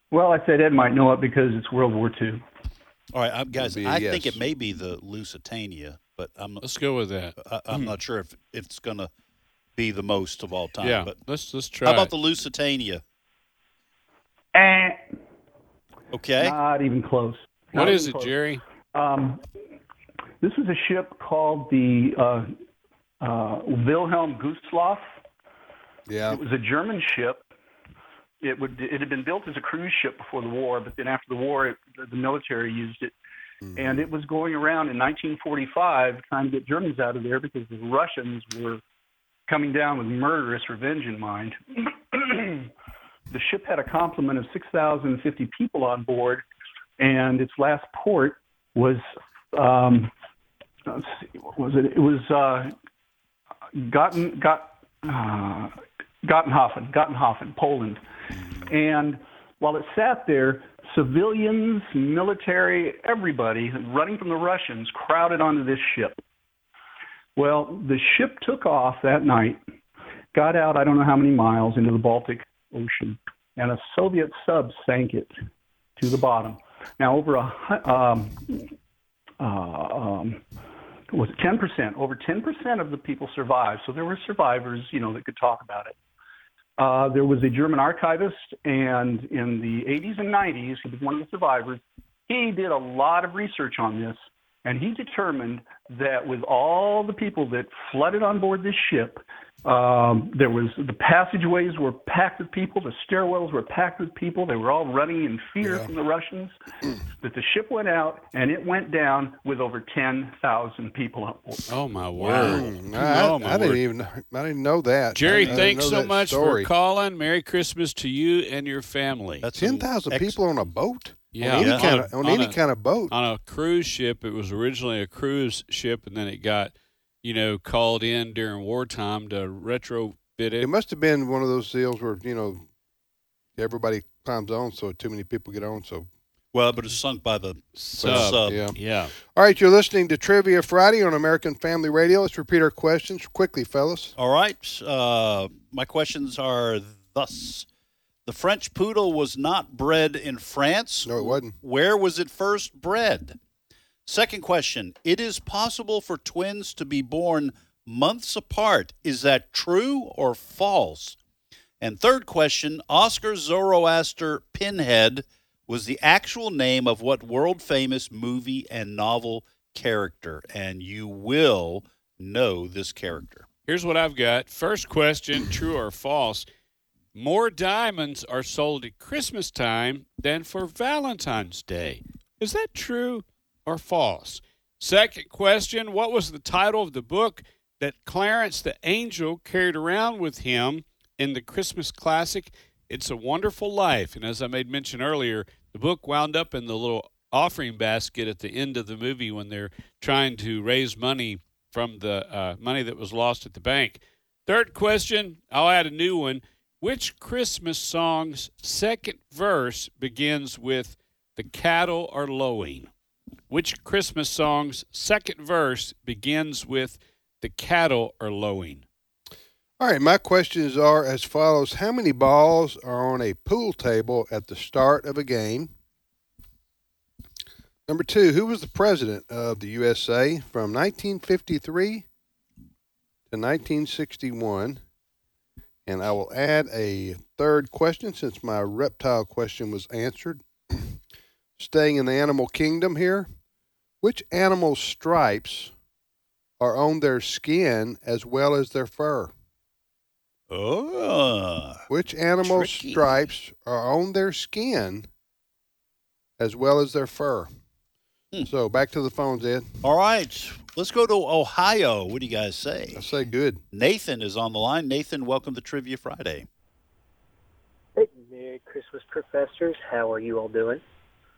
[SPEAKER 18] Well, I said Ed might know it because it's World War II.
[SPEAKER 3] All right, I'm, guys.
[SPEAKER 18] Would be a
[SPEAKER 3] I think
[SPEAKER 18] yes.
[SPEAKER 3] it may be the Lusitania, but I'm let's
[SPEAKER 5] go with that.
[SPEAKER 3] I, I'm not sure if, if it's going to be the most of all time.
[SPEAKER 5] Yeah,
[SPEAKER 3] but
[SPEAKER 5] let's let's
[SPEAKER 3] How
[SPEAKER 5] try
[SPEAKER 3] about
[SPEAKER 5] it.
[SPEAKER 3] the Lusitania?
[SPEAKER 18] Okay. Not even close.
[SPEAKER 5] What
[SPEAKER 18] Not
[SPEAKER 5] is
[SPEAKER 18] even
[SPEAKER 5] it, Jerry?
[SPEAKER 18] Um, this is a ship called the uh, uh, Wilhelm Gustloff.
[SPEAKER 2] Yeah.
[SPEAKER 18] It was a German ship. It would it had been built as a cruise ship before the war, but then after the war, it, the military used it, and it was going around in 1945 trying to get Germans out of there because the Russians were coming down with murderous revenge in mind. [clears throat] the ship had a complement of 6,050 people on board, and its last port was um, let's see, what was it? It was uh, Gotten Got uh, Gottenhofen, Gottenhofen, Poland, and while it sat there, civilians, military, everybody running from the Russians crowded onto this ship. Well, the ship took off that night, got out I don't know how many miles into the Baltic Ocean, and a Soviet sub sank it to the bottom. Now, over a hu- um, uh, um, was it 10%? Over 10% of the people survived. So there were survivors, you know, that could talk about it. Uh, there was a German archivist, and in the 80s and 90s, he was one of the survivors. He did a lot of research on this, and he determined that with all the people that flooded on board this ship, um, there was the passageways were packed with people, the stairwells were packed with people. They were all running in fear from the Russians. that the ship went out and it went down with over 10,000 people on board.
[SPEAKER 5] Oh my
[SPEAKER 2] No, I, I didn't even I didn't know that. I- I
[SPEAKER 5] Oh, Jerry,
[SPEAKER 2] didn't
[SPEAKER 5] thanks
[SPEAKER 2] know
[SPEAKER 5] so
[SPEAKER 2] that
[SPEAKER 5] much
[SPEAKER 2] story.
[SPEAKER 5] for calling. Merry Christmas to you and your family.
[SPEAKER 3] That's
[SPEAKER 2] Ten thousand people on a boat.
[SPEAKER 5] Yeah,
[SPEAKER 2] on any
[SPEAKER 5] yeah.
[SPEAKER 2] kind of on,
[SPEAKER 5] On
[SPEAKER 2] any
[SPEAKER 5] a-
[SPEAKER 2] kind of boat.
[SPEAKER 5] on a cruise ship. It was originally a cruise ship, and then it got, you know, called in during wartime to retrofit it.
[SPEAKER 2] It must have been one of those deals where you know everybody climbs on, so too many people get on. So
[SPEAKER 3] Well, but it's sunk by the by the
[SPEAKER 2] Sub,
[SPEAKER 3] sub.
[SPEAKER 2] yeah.
[SPEAKER 5] yeah.
[SPEAKER 2] all right, you're listening to Trivia Friday on American Family Radio. Let's repeat our questions quickly, fellas.
[SPEAKER 3] All right. Uh, my questions are thus The French poodle was not bred in France. No, it wasn't. Where was it first bred? Second question It is possible for twins to be born months apart. Is that true or false? And third question Oscar Zoroaster Pinhead was the actual name of what world famous movie and novel character? And you will know this character.
[SPEAKER 5] Here's what I've got. First question true or false? More diamonds are sold at Christmas time than for Valentine's Day. Is that true or false? Second question What was the title of the book that Clarence the Angel carried around with him in the Christmas classic? It's a Wonderful Life. And as I made mention earlier, the book wound up in the little offering basket at the end of the movie when they're trying to raise money from the uh, money that was lost at the bank. Third question, I'll add a new one. Which Christmas song's second verse begins with the cattle are lowing? Which Christmas song's second verse begins with the cattle are lowing?
[SPEAKER 2] All right, my questions are as follows How many balls are on a pool table at the start of a game? Number two, who was the president of the USA from 1953 to 1961? And I will add a third question since my reptile question was answered. [clears throat] Staying in the animal kingdom here, which animal stripes are on their skin as well as their fur?
[SPEAKER 3] Oh.
[SPEAKER 2] Which animal
[SPEAKER 3] Tricky.
[SPEAKER 2] stripes are on their skin as well as their fur?
[SPEAKER 5] Hmm.
[SPEAKER 2] So back to the phones, Ed.
[SPEAKER 3] All right. Let's go to Ohio. What do you guys say? I
[SPEAKER 2] say good.
[SPEAKER 3] Nathan is on the line. Nathan, welcome to Trivia Friday.
[SPEAKER 19] Hey, Merry Christmas, professors. How are you all doing?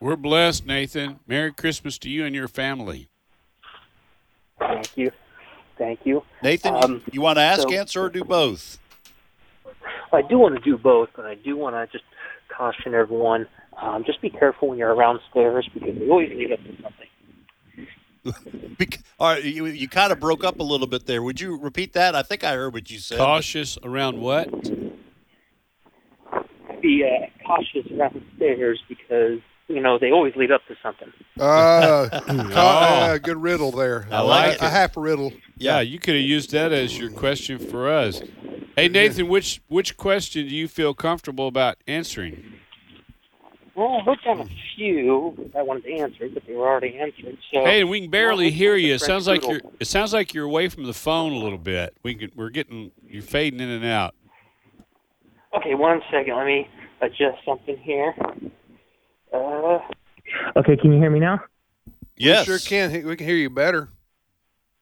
[SPEAKER 5] We're blessed, Nathan. Merry Christmas to you and your family.
[SPEAKER 19] Thank you. Thank you.
[SPEAKER 3] Nathan, you-
[SPEAKER 19] Um,
[SPEAKER 3] you, want to ask,
[SPEAKER 19] so-
[SPEAKER 3] answer, or do both?
[SPEAKER 19] I do want to do both, but I do want to just caution everyone. Um, just be careful when you're around stairs because they always lead up to something.
[SPEAKER 3] All right, you, you kind of broke up a little bit there. Would you repeat that? I think I heard what you said.
[SPEAKER 5] Cautious around what?
[SPEAKER 19] Be uh, cautious around stairs because you know they always lead up to something.
[SPEAKER 5] [laughs]
[SPEAKER 2] Uh, ca- uh, good riddle there.
[SPEAKER 5] Oh. I like it.
[SPEAKER 2] a, a half riddle.
[SPEAKER 5] Yeah, you could have used that as your question for us. Hey Nathan, which which question do you feel comfortable about answering?
[SPEAKER 19] Well, I looked on a few that I wanted to answer, but they were already answered. So
[SPEAKER 5] Hey, we can barely
[SPEAKER 19] Well,
[SPEAKER 5] hear you. It
[SPEAKER 19] French
[SPEAKER 5] sounds like
[SPEAKER 19] poodle.
[SPEAKER 5] you're it sounds like you're away from the phone a little bit. We can, we're getting you're fading in and out.
[SPEAKER 19] Okay, one second. Let me adjust something here. Uh,
[SPEAKER 6] Okay, can you hear me now?
[SPEAKER 2] Yes. We sure can. he- We can hear you better.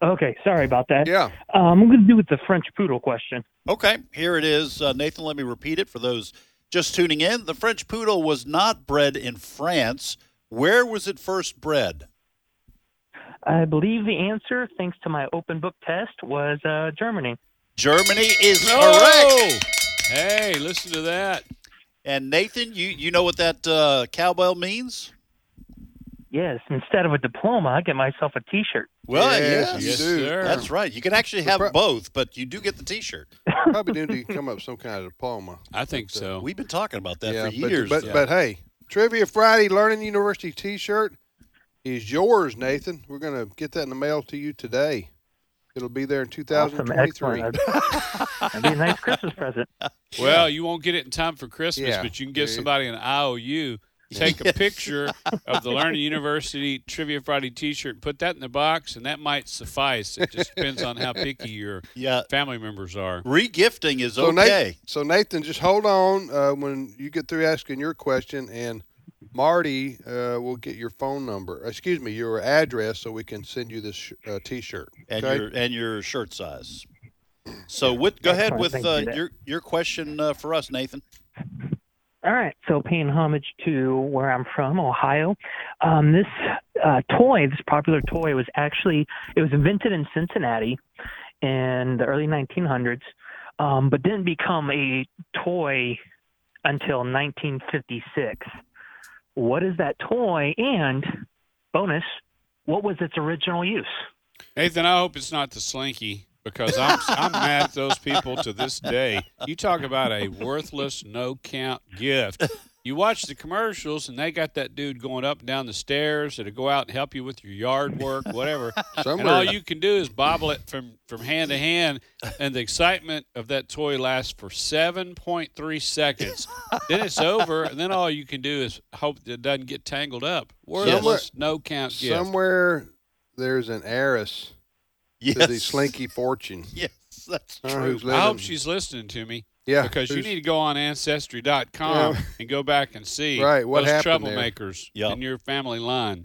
[SPEAKER 6] Okay, sorry about that.
[SPEAKER 2] Yeah.
[SPEAKER 6] Um, I'm going to do with the French poodle question.
[SPEAKER 3] Okay, here it is. Uh, Nathan, let me repeat it for those just tuning in. The French poodle was not bred in France. Where was it first bred?
[SPEAKER 6] I believe the answer, thanks to my open book test, was uh, Germany.
[SPEAKER 3] Germany is
[SPEAKER 6] No!
[SPEAKER 3] correct.
[SPEAKER 5] Hey, listen to that.
[SPEAKER 3] And Nathan, you you know what that uh, cowbell means?
[SPEAKER 6] Yes, instead of a diploma, I get myself a T-shirt.
[SPEAKER 3] Well, yes, That's right. You can actually have both, but you do get the T-shirt.
[SPEAKER 2] Probably need to come up with some kind of diploma.
[SPEAKER 5] [laughs] I think so.
[SPEAKER 3] We've been talking about that for
[SPEAKER 2] but,
[SPEAKER 3] years. uh,
[SPEAKER 2] But,
[SPEAKER 3] though.
[SPEAKER 2] but hey, Trivia Friday Learning University t shirt is yours, Nathan. We're going to get that in the mail to you today. It'll be there in 2023.
[SPEAKER 6] excellent. That'd be a nice Christmas
[SPEAKER 3] [laughs]
[SPEAKER 6] present.
[SPEAKER 5] Well, you won't get it in time for Christmas,
[SPEAKER 6] Yeah.
[SPEAKER 5] but you can give somebody an IOU. Take a picture of the Learning University Trivia Friday T-shirt, put that in the box, and that might suffice. It just depends on how picky your
[SPEAKER 3] yeah.
[SPEAKER 5] family members are.
[SPEAKER 3] Regifting is
[SPEAKER 2] so,
[SPEAKER 3] okay.
[SPEAKER 2] Nathan, so, Nathan, just hold on uh, when you get through asking your question, and Marty uh, will get your phone number, excuse me, your address, so we can send you this sh- uh, t shirt.
[SPEAKER 3] and your and your
[SPEAKER 5] [clears throat]
[SPEAKER 3] shirt size. So, with, go
[SPEAKER 6] That's
[SPEAKER 3] ahead
[SPEAKER 6] fine.
[SPEAKER 3] with
[SPEAKER 6] Thank
[SPEAKER 3] uh,
[SPEAKER 6] you, Dad.
[SPEAKER 3] your your question uh, for us, Nathan.
[SPEAKER 6] All right, so paying homage to where I'm from, Ohio. Um, this uh, toy, this popular toy, was actually it was invented in Cincinnati in the early 1900s, um, but didn't become a toy until 1956. What is that toy? And bonus, what was its original use?
[SPEAKER 5] Nathan, I hope it's not the slinky. because I'm I'm mad at those people to this day. You talk about a worthless, no count gift. You watch the commercials, and they got that dude going up and down the stairs that'll go out and help you with your yard work, whatever. And
[SPEAKER 4] Somewhere.
[SPEAKER 5] all you can do is bobble it from from hand to hand, and the excitement of that toy lasts for seven point three seconds. then it's over, and then all you can do is hope that it doesn't get tangled up. Worthless, no count gift.
[SPEAKER 2] Somewhere there's an heiress to the
[SPEAKER 5] Yes.
[SPEAKER 2] Slinky Fortune.
[SPEAKER 3] [laughs]
[SPEAKER 5] Yes,
[SPEAKER 3] that's
[SPEAKER 2] I don't know who's
[SPEAKER 5] I hope
[SPEAKER 2] living.
[SPEAKER 5] she's listening to me.
[SPEAKER 2] Yeah,
[SPEAKER 5] Because you
[SPEAKER 2] who's-
[SPEAKER 5] need to go on Ancestry.com
[SPEAKER 2] Yeah.
[SPEAKER 5] and go back and see
[SPEAKER 2] Right, what
[SPEAKER 5] those
[SPEAKER 2] happened there?
[SPEAKER 5] troublemakers in your family
[SPEAKER 2] [laughs]
[SPEAKER 5] line.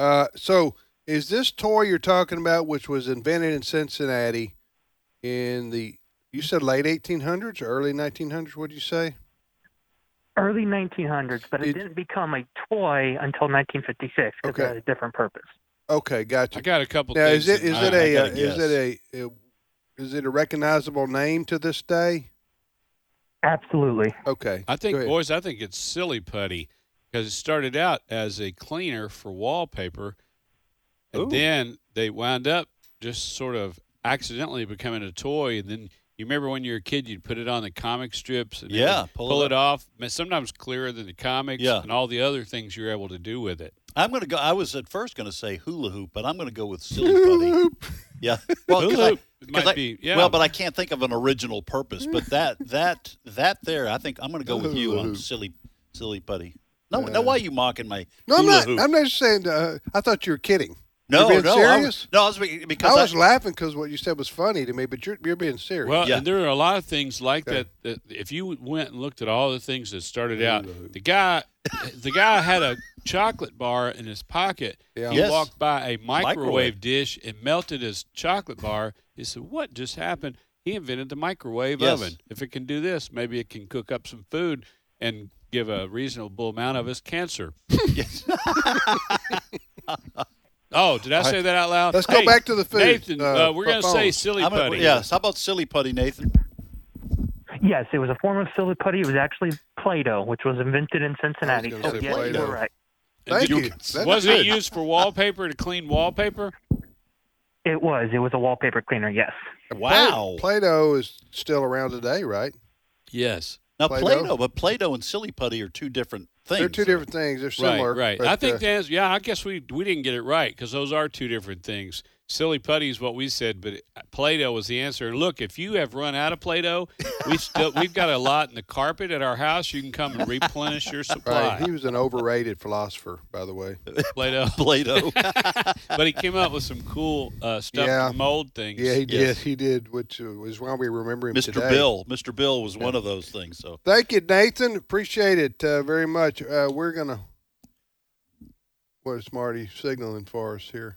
[SPEAKER 2] Uh, so is this toy you're talking about, which was invented in Cincinnati in the you said late 1800s or early 1900s? What'd you say?
[SPEAKER 6] Early 1900s, but it, didn't become a toy until 1956 because it had a different purpose.
[SPEAKER 2] Okay, gotcha.
[SPEAKER 5] I got a couple
[SPEAKER 2] Now is
[SPEAKER 5] things
[SPEAKER 2] it
[SPEAKER 5] in
[SPEAKER 2] is
[SPEAKER 5] mind.
[SPEAKER 2] it
[SPEAKER 5] I
[SPEAKER 2] a uh,
[SPEAKER 5] gotta
[SPEAKER 2] is it
[SPEAKER 5] guess.
[SPEAKER 2] a, uh is it a recognizable name to this day?
[SPEAKER 6] Absolutely.
[SPEAKER 2] Okay,
[SPEAKER 5] I
[SPEAKER 2] go
[SPEAKER 5] think,
[SPEAKER 2] ahead.
[SPEAKER 5] boys, I think it's silly putty because it started out as a cleaner for wallpaper, and
[SPEAKER 4] Ooh.
[SPEAKER 5] then they wound up just sort of accidentally becoming a toy. And then you remember when you were a kid, you'd put it on the comic strips and it
[SPEAKER 3] Yeah,
[SPEAKER 5] would
[SPEAKER 3] pull
[SPEAKER 5] pull,
[SPEAKER 3] it
[SPEAKER 5] it, off. ma- Sometimes clearer than the comics,
[SPEAKER 3] Yeah.
[SPEAKER 5] and all the other things you're able to do with it.
[SPEAKER 3] I'm gonna go. I was at first gonna say hula hoop, but I'm gonna go with silly putty. Yeah, [laughs] well, 'cause
[SPEAKER 5] Hula
[SPEAKER 3] I-
[SPEAKER 5] hoop
[SPEAKER 3] 'cause
[SPEAKER 5] might
[SPEAKER 3] I-
[SPEAKER 5] be, yeah.
[SPEAKER 3] Well, but I can't think of an original purpose. But
[SPEAKER 2] [laughs]
[SPEAKER 3] that that that there, I think I'm gonna go with you on silly silly putty. No, no, why are you mocking my
[SPEAKER 2] No, I'm
[SPEAKER 3] hula
[SPEAKER 2] not.
[SPEAKER 3] hoop?
[SPEAKER 2] I'm not just saying. Uh, I thought you were kidding.
[SPEAKER 3] no,
[SPEAKER 2] you're being
[SPEAKER 3] no, I
[SPEAKER 2] serious.
[SPEAKER 3] was, no. I was be- because
[SPEAKER 2] I was laughing because what you said was funny to me, but you're you're being serious.
[SPEAKER 5] Well, and there are a lot of things like that, that. If you went and looked at all the things that started out, the guy, the guy had a chocolate bar in his pocket.
[SPEAKER 4] Yeah.
[SPEAKER 5] He
[SPEAKER 4] Yes.
[SPEAKER 5] walked by a microwave,
[SPEAKER 4] Microwave.
[SPEAKER 5] dish and melted his chocolate bar. He said, "What just happened?" He invented the microwave
[SPEAKER 4] Yes.
[SPEAKER 5] oven. If it can do this, maybe it can cook up some food and give a reasonable amount of
[SPEAKER 4] [laughs]
[SPEAKER 5] us cancer. oh, did I say that out loud?
[SPEAKER 3] Let's go
[SPEAKER 5] Hey,
[SPEAKER 3] back to the food,
[SPEAKER 5] Nathan,
[SPEAKER 3] uh,
[SPEAKER 5] uh, we're going to say silly
[SPEAKER 3] I'm gonna-
[SPEAKER 5] putty.
[SPEAKER 3] Yes, how about silly putty, Nathan?
[SPEAKER 6] Yes, it was a form of silly putty. It was actually Play-Doh, which was invented in Cincinnati.
[SPEAKER 5] gonna
[SPEAKER 6] So,
[SPEAKER 5] say
[SPEAKER 6] yes,
[SPEAKER 5] Play-Doh.
[SPEAKER 6] you're right.
[SPEAKER 5] Did Was it used for wallpaper to clean wallpaper?
[SPEAKER 6] It was. It was a wallpaper cleaner. Yes.
[SPEAKER 2] Play Doh is still around today, right?
[SPEAKER 5] Yes.
[SPEAKER 3] Now
[SPEAKER 2] Play-Doh?
[SPEAKER 3] Play-Doh, but Play-Doh and silly putty are two different things.
[SPEAKER 2] They're two different things. They're similar.
[SPEAKER 5] Right, right.
[SPEAKER 2] but,
[SPEAKER 5] I think
[SPEAKER 2] uh,
[SPEAKER 5] that's yeah. I guess we we didn't get it right because those are two different things. Silly putty is what we said, but uh, Play-Doh was the answer. And look, if you have run out of Play-Doh, we still [laughs] we've got a lot in the carpet at our house. You can come and replenish your supply.
[SPEAKER 2] [laughs] Right. Uh, He was an overrated philosopher, by the way.
[SPEAKER 5] Play-Doh, [laughs]
[SPEAKER 3] Play-Doh.
[SPEAKER 5] but he came up with some cool uh, stuff
[SPEAKER 2] Yeah.
[SPEAKER 5] to mold things.
[SPEAKER 2] Yeah, he did.
[SPEAKER 5] Yes.
[SPEAKER 2] He did, which uh, was why we remember him
[SPEAKER 3] Mr.
[SPEAKER 2] today.
[SPEAKER 3] Bill, Mr. Bill was one of those things. So
[SPEAKER 2] Thank you, Nathan. Appreciate it uh, very much. Uh, we're gonna. What is Marty signaling for us here?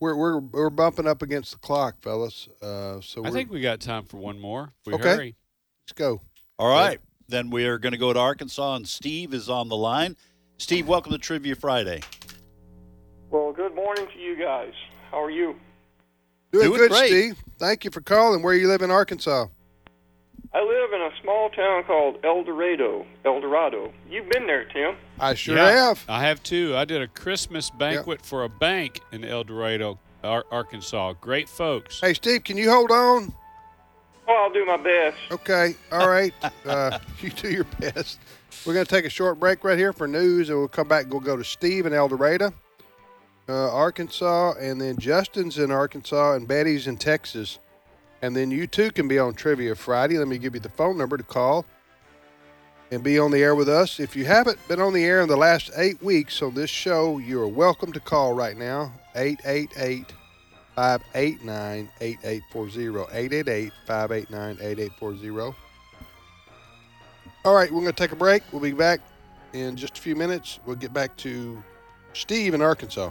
[SPEAKER 2] We're we're we're bumping up against the clock, fellas. Uh, so
[SPEAKER 5] I
[SPEAKER 2] we're,
[SPEAKER 5] think we got time for one more. If we
[SPEAKER 2] Okay.
[SPEAKER 5] hurry.
[SPEAKER 2] let's go.
[SPEAKER 3] All right. Then we are going to go to Arkansas, and Steve is on the line. Steve, welcome to Trivia Friday.
[SPEAKER 20] Well, good morning to you guys. How are you?
[SPEAKER 2] Doing,
[SPEAKER 20] Doing
[SPEAKER 2] good,
[SPEAKER 20] great.
[SPEAKER 2] Steve. Thank you for calling. Where you live in Arkansas?
[SPEAKER 20] I live in a small town called El Dorado. El Dorado. You've been there, Tim.
[SPEAKER 2] I sure
[SPEAKER 5] Yeah,
[SPEAKER 2] have.
[SPEAKER 5] I have too. I did a Christmas banquet for a bank in El Dorado, Ar- Arkansas. Great folks.
[SPEAKER 2] Hey, Steve, can you hold on?
[SPEAKER 20] Oh, I'll do my best.
[SPEAKER 2] Okay.
[SPEAKER 20] [laughs]
[SPEAKER 2] All right. uh, you do your best. We're going to take a short break right here for news, and we'll come back. We'll go to Steve in El Dorado, uh, Arkansas, and then Justin's in Arkansas, and Betty's in Texas. And then you too can be on Trivia Friday. Let me give you the phone number to call and be on the air with us. If you haven't been on the air in the last eight weeks on this show, you are welcome to call right now 888 589 8840. 888 589 8840. All right, we're going to take a break. We'll be back in just a few minutes. We'll get back to Steve in Arkansas.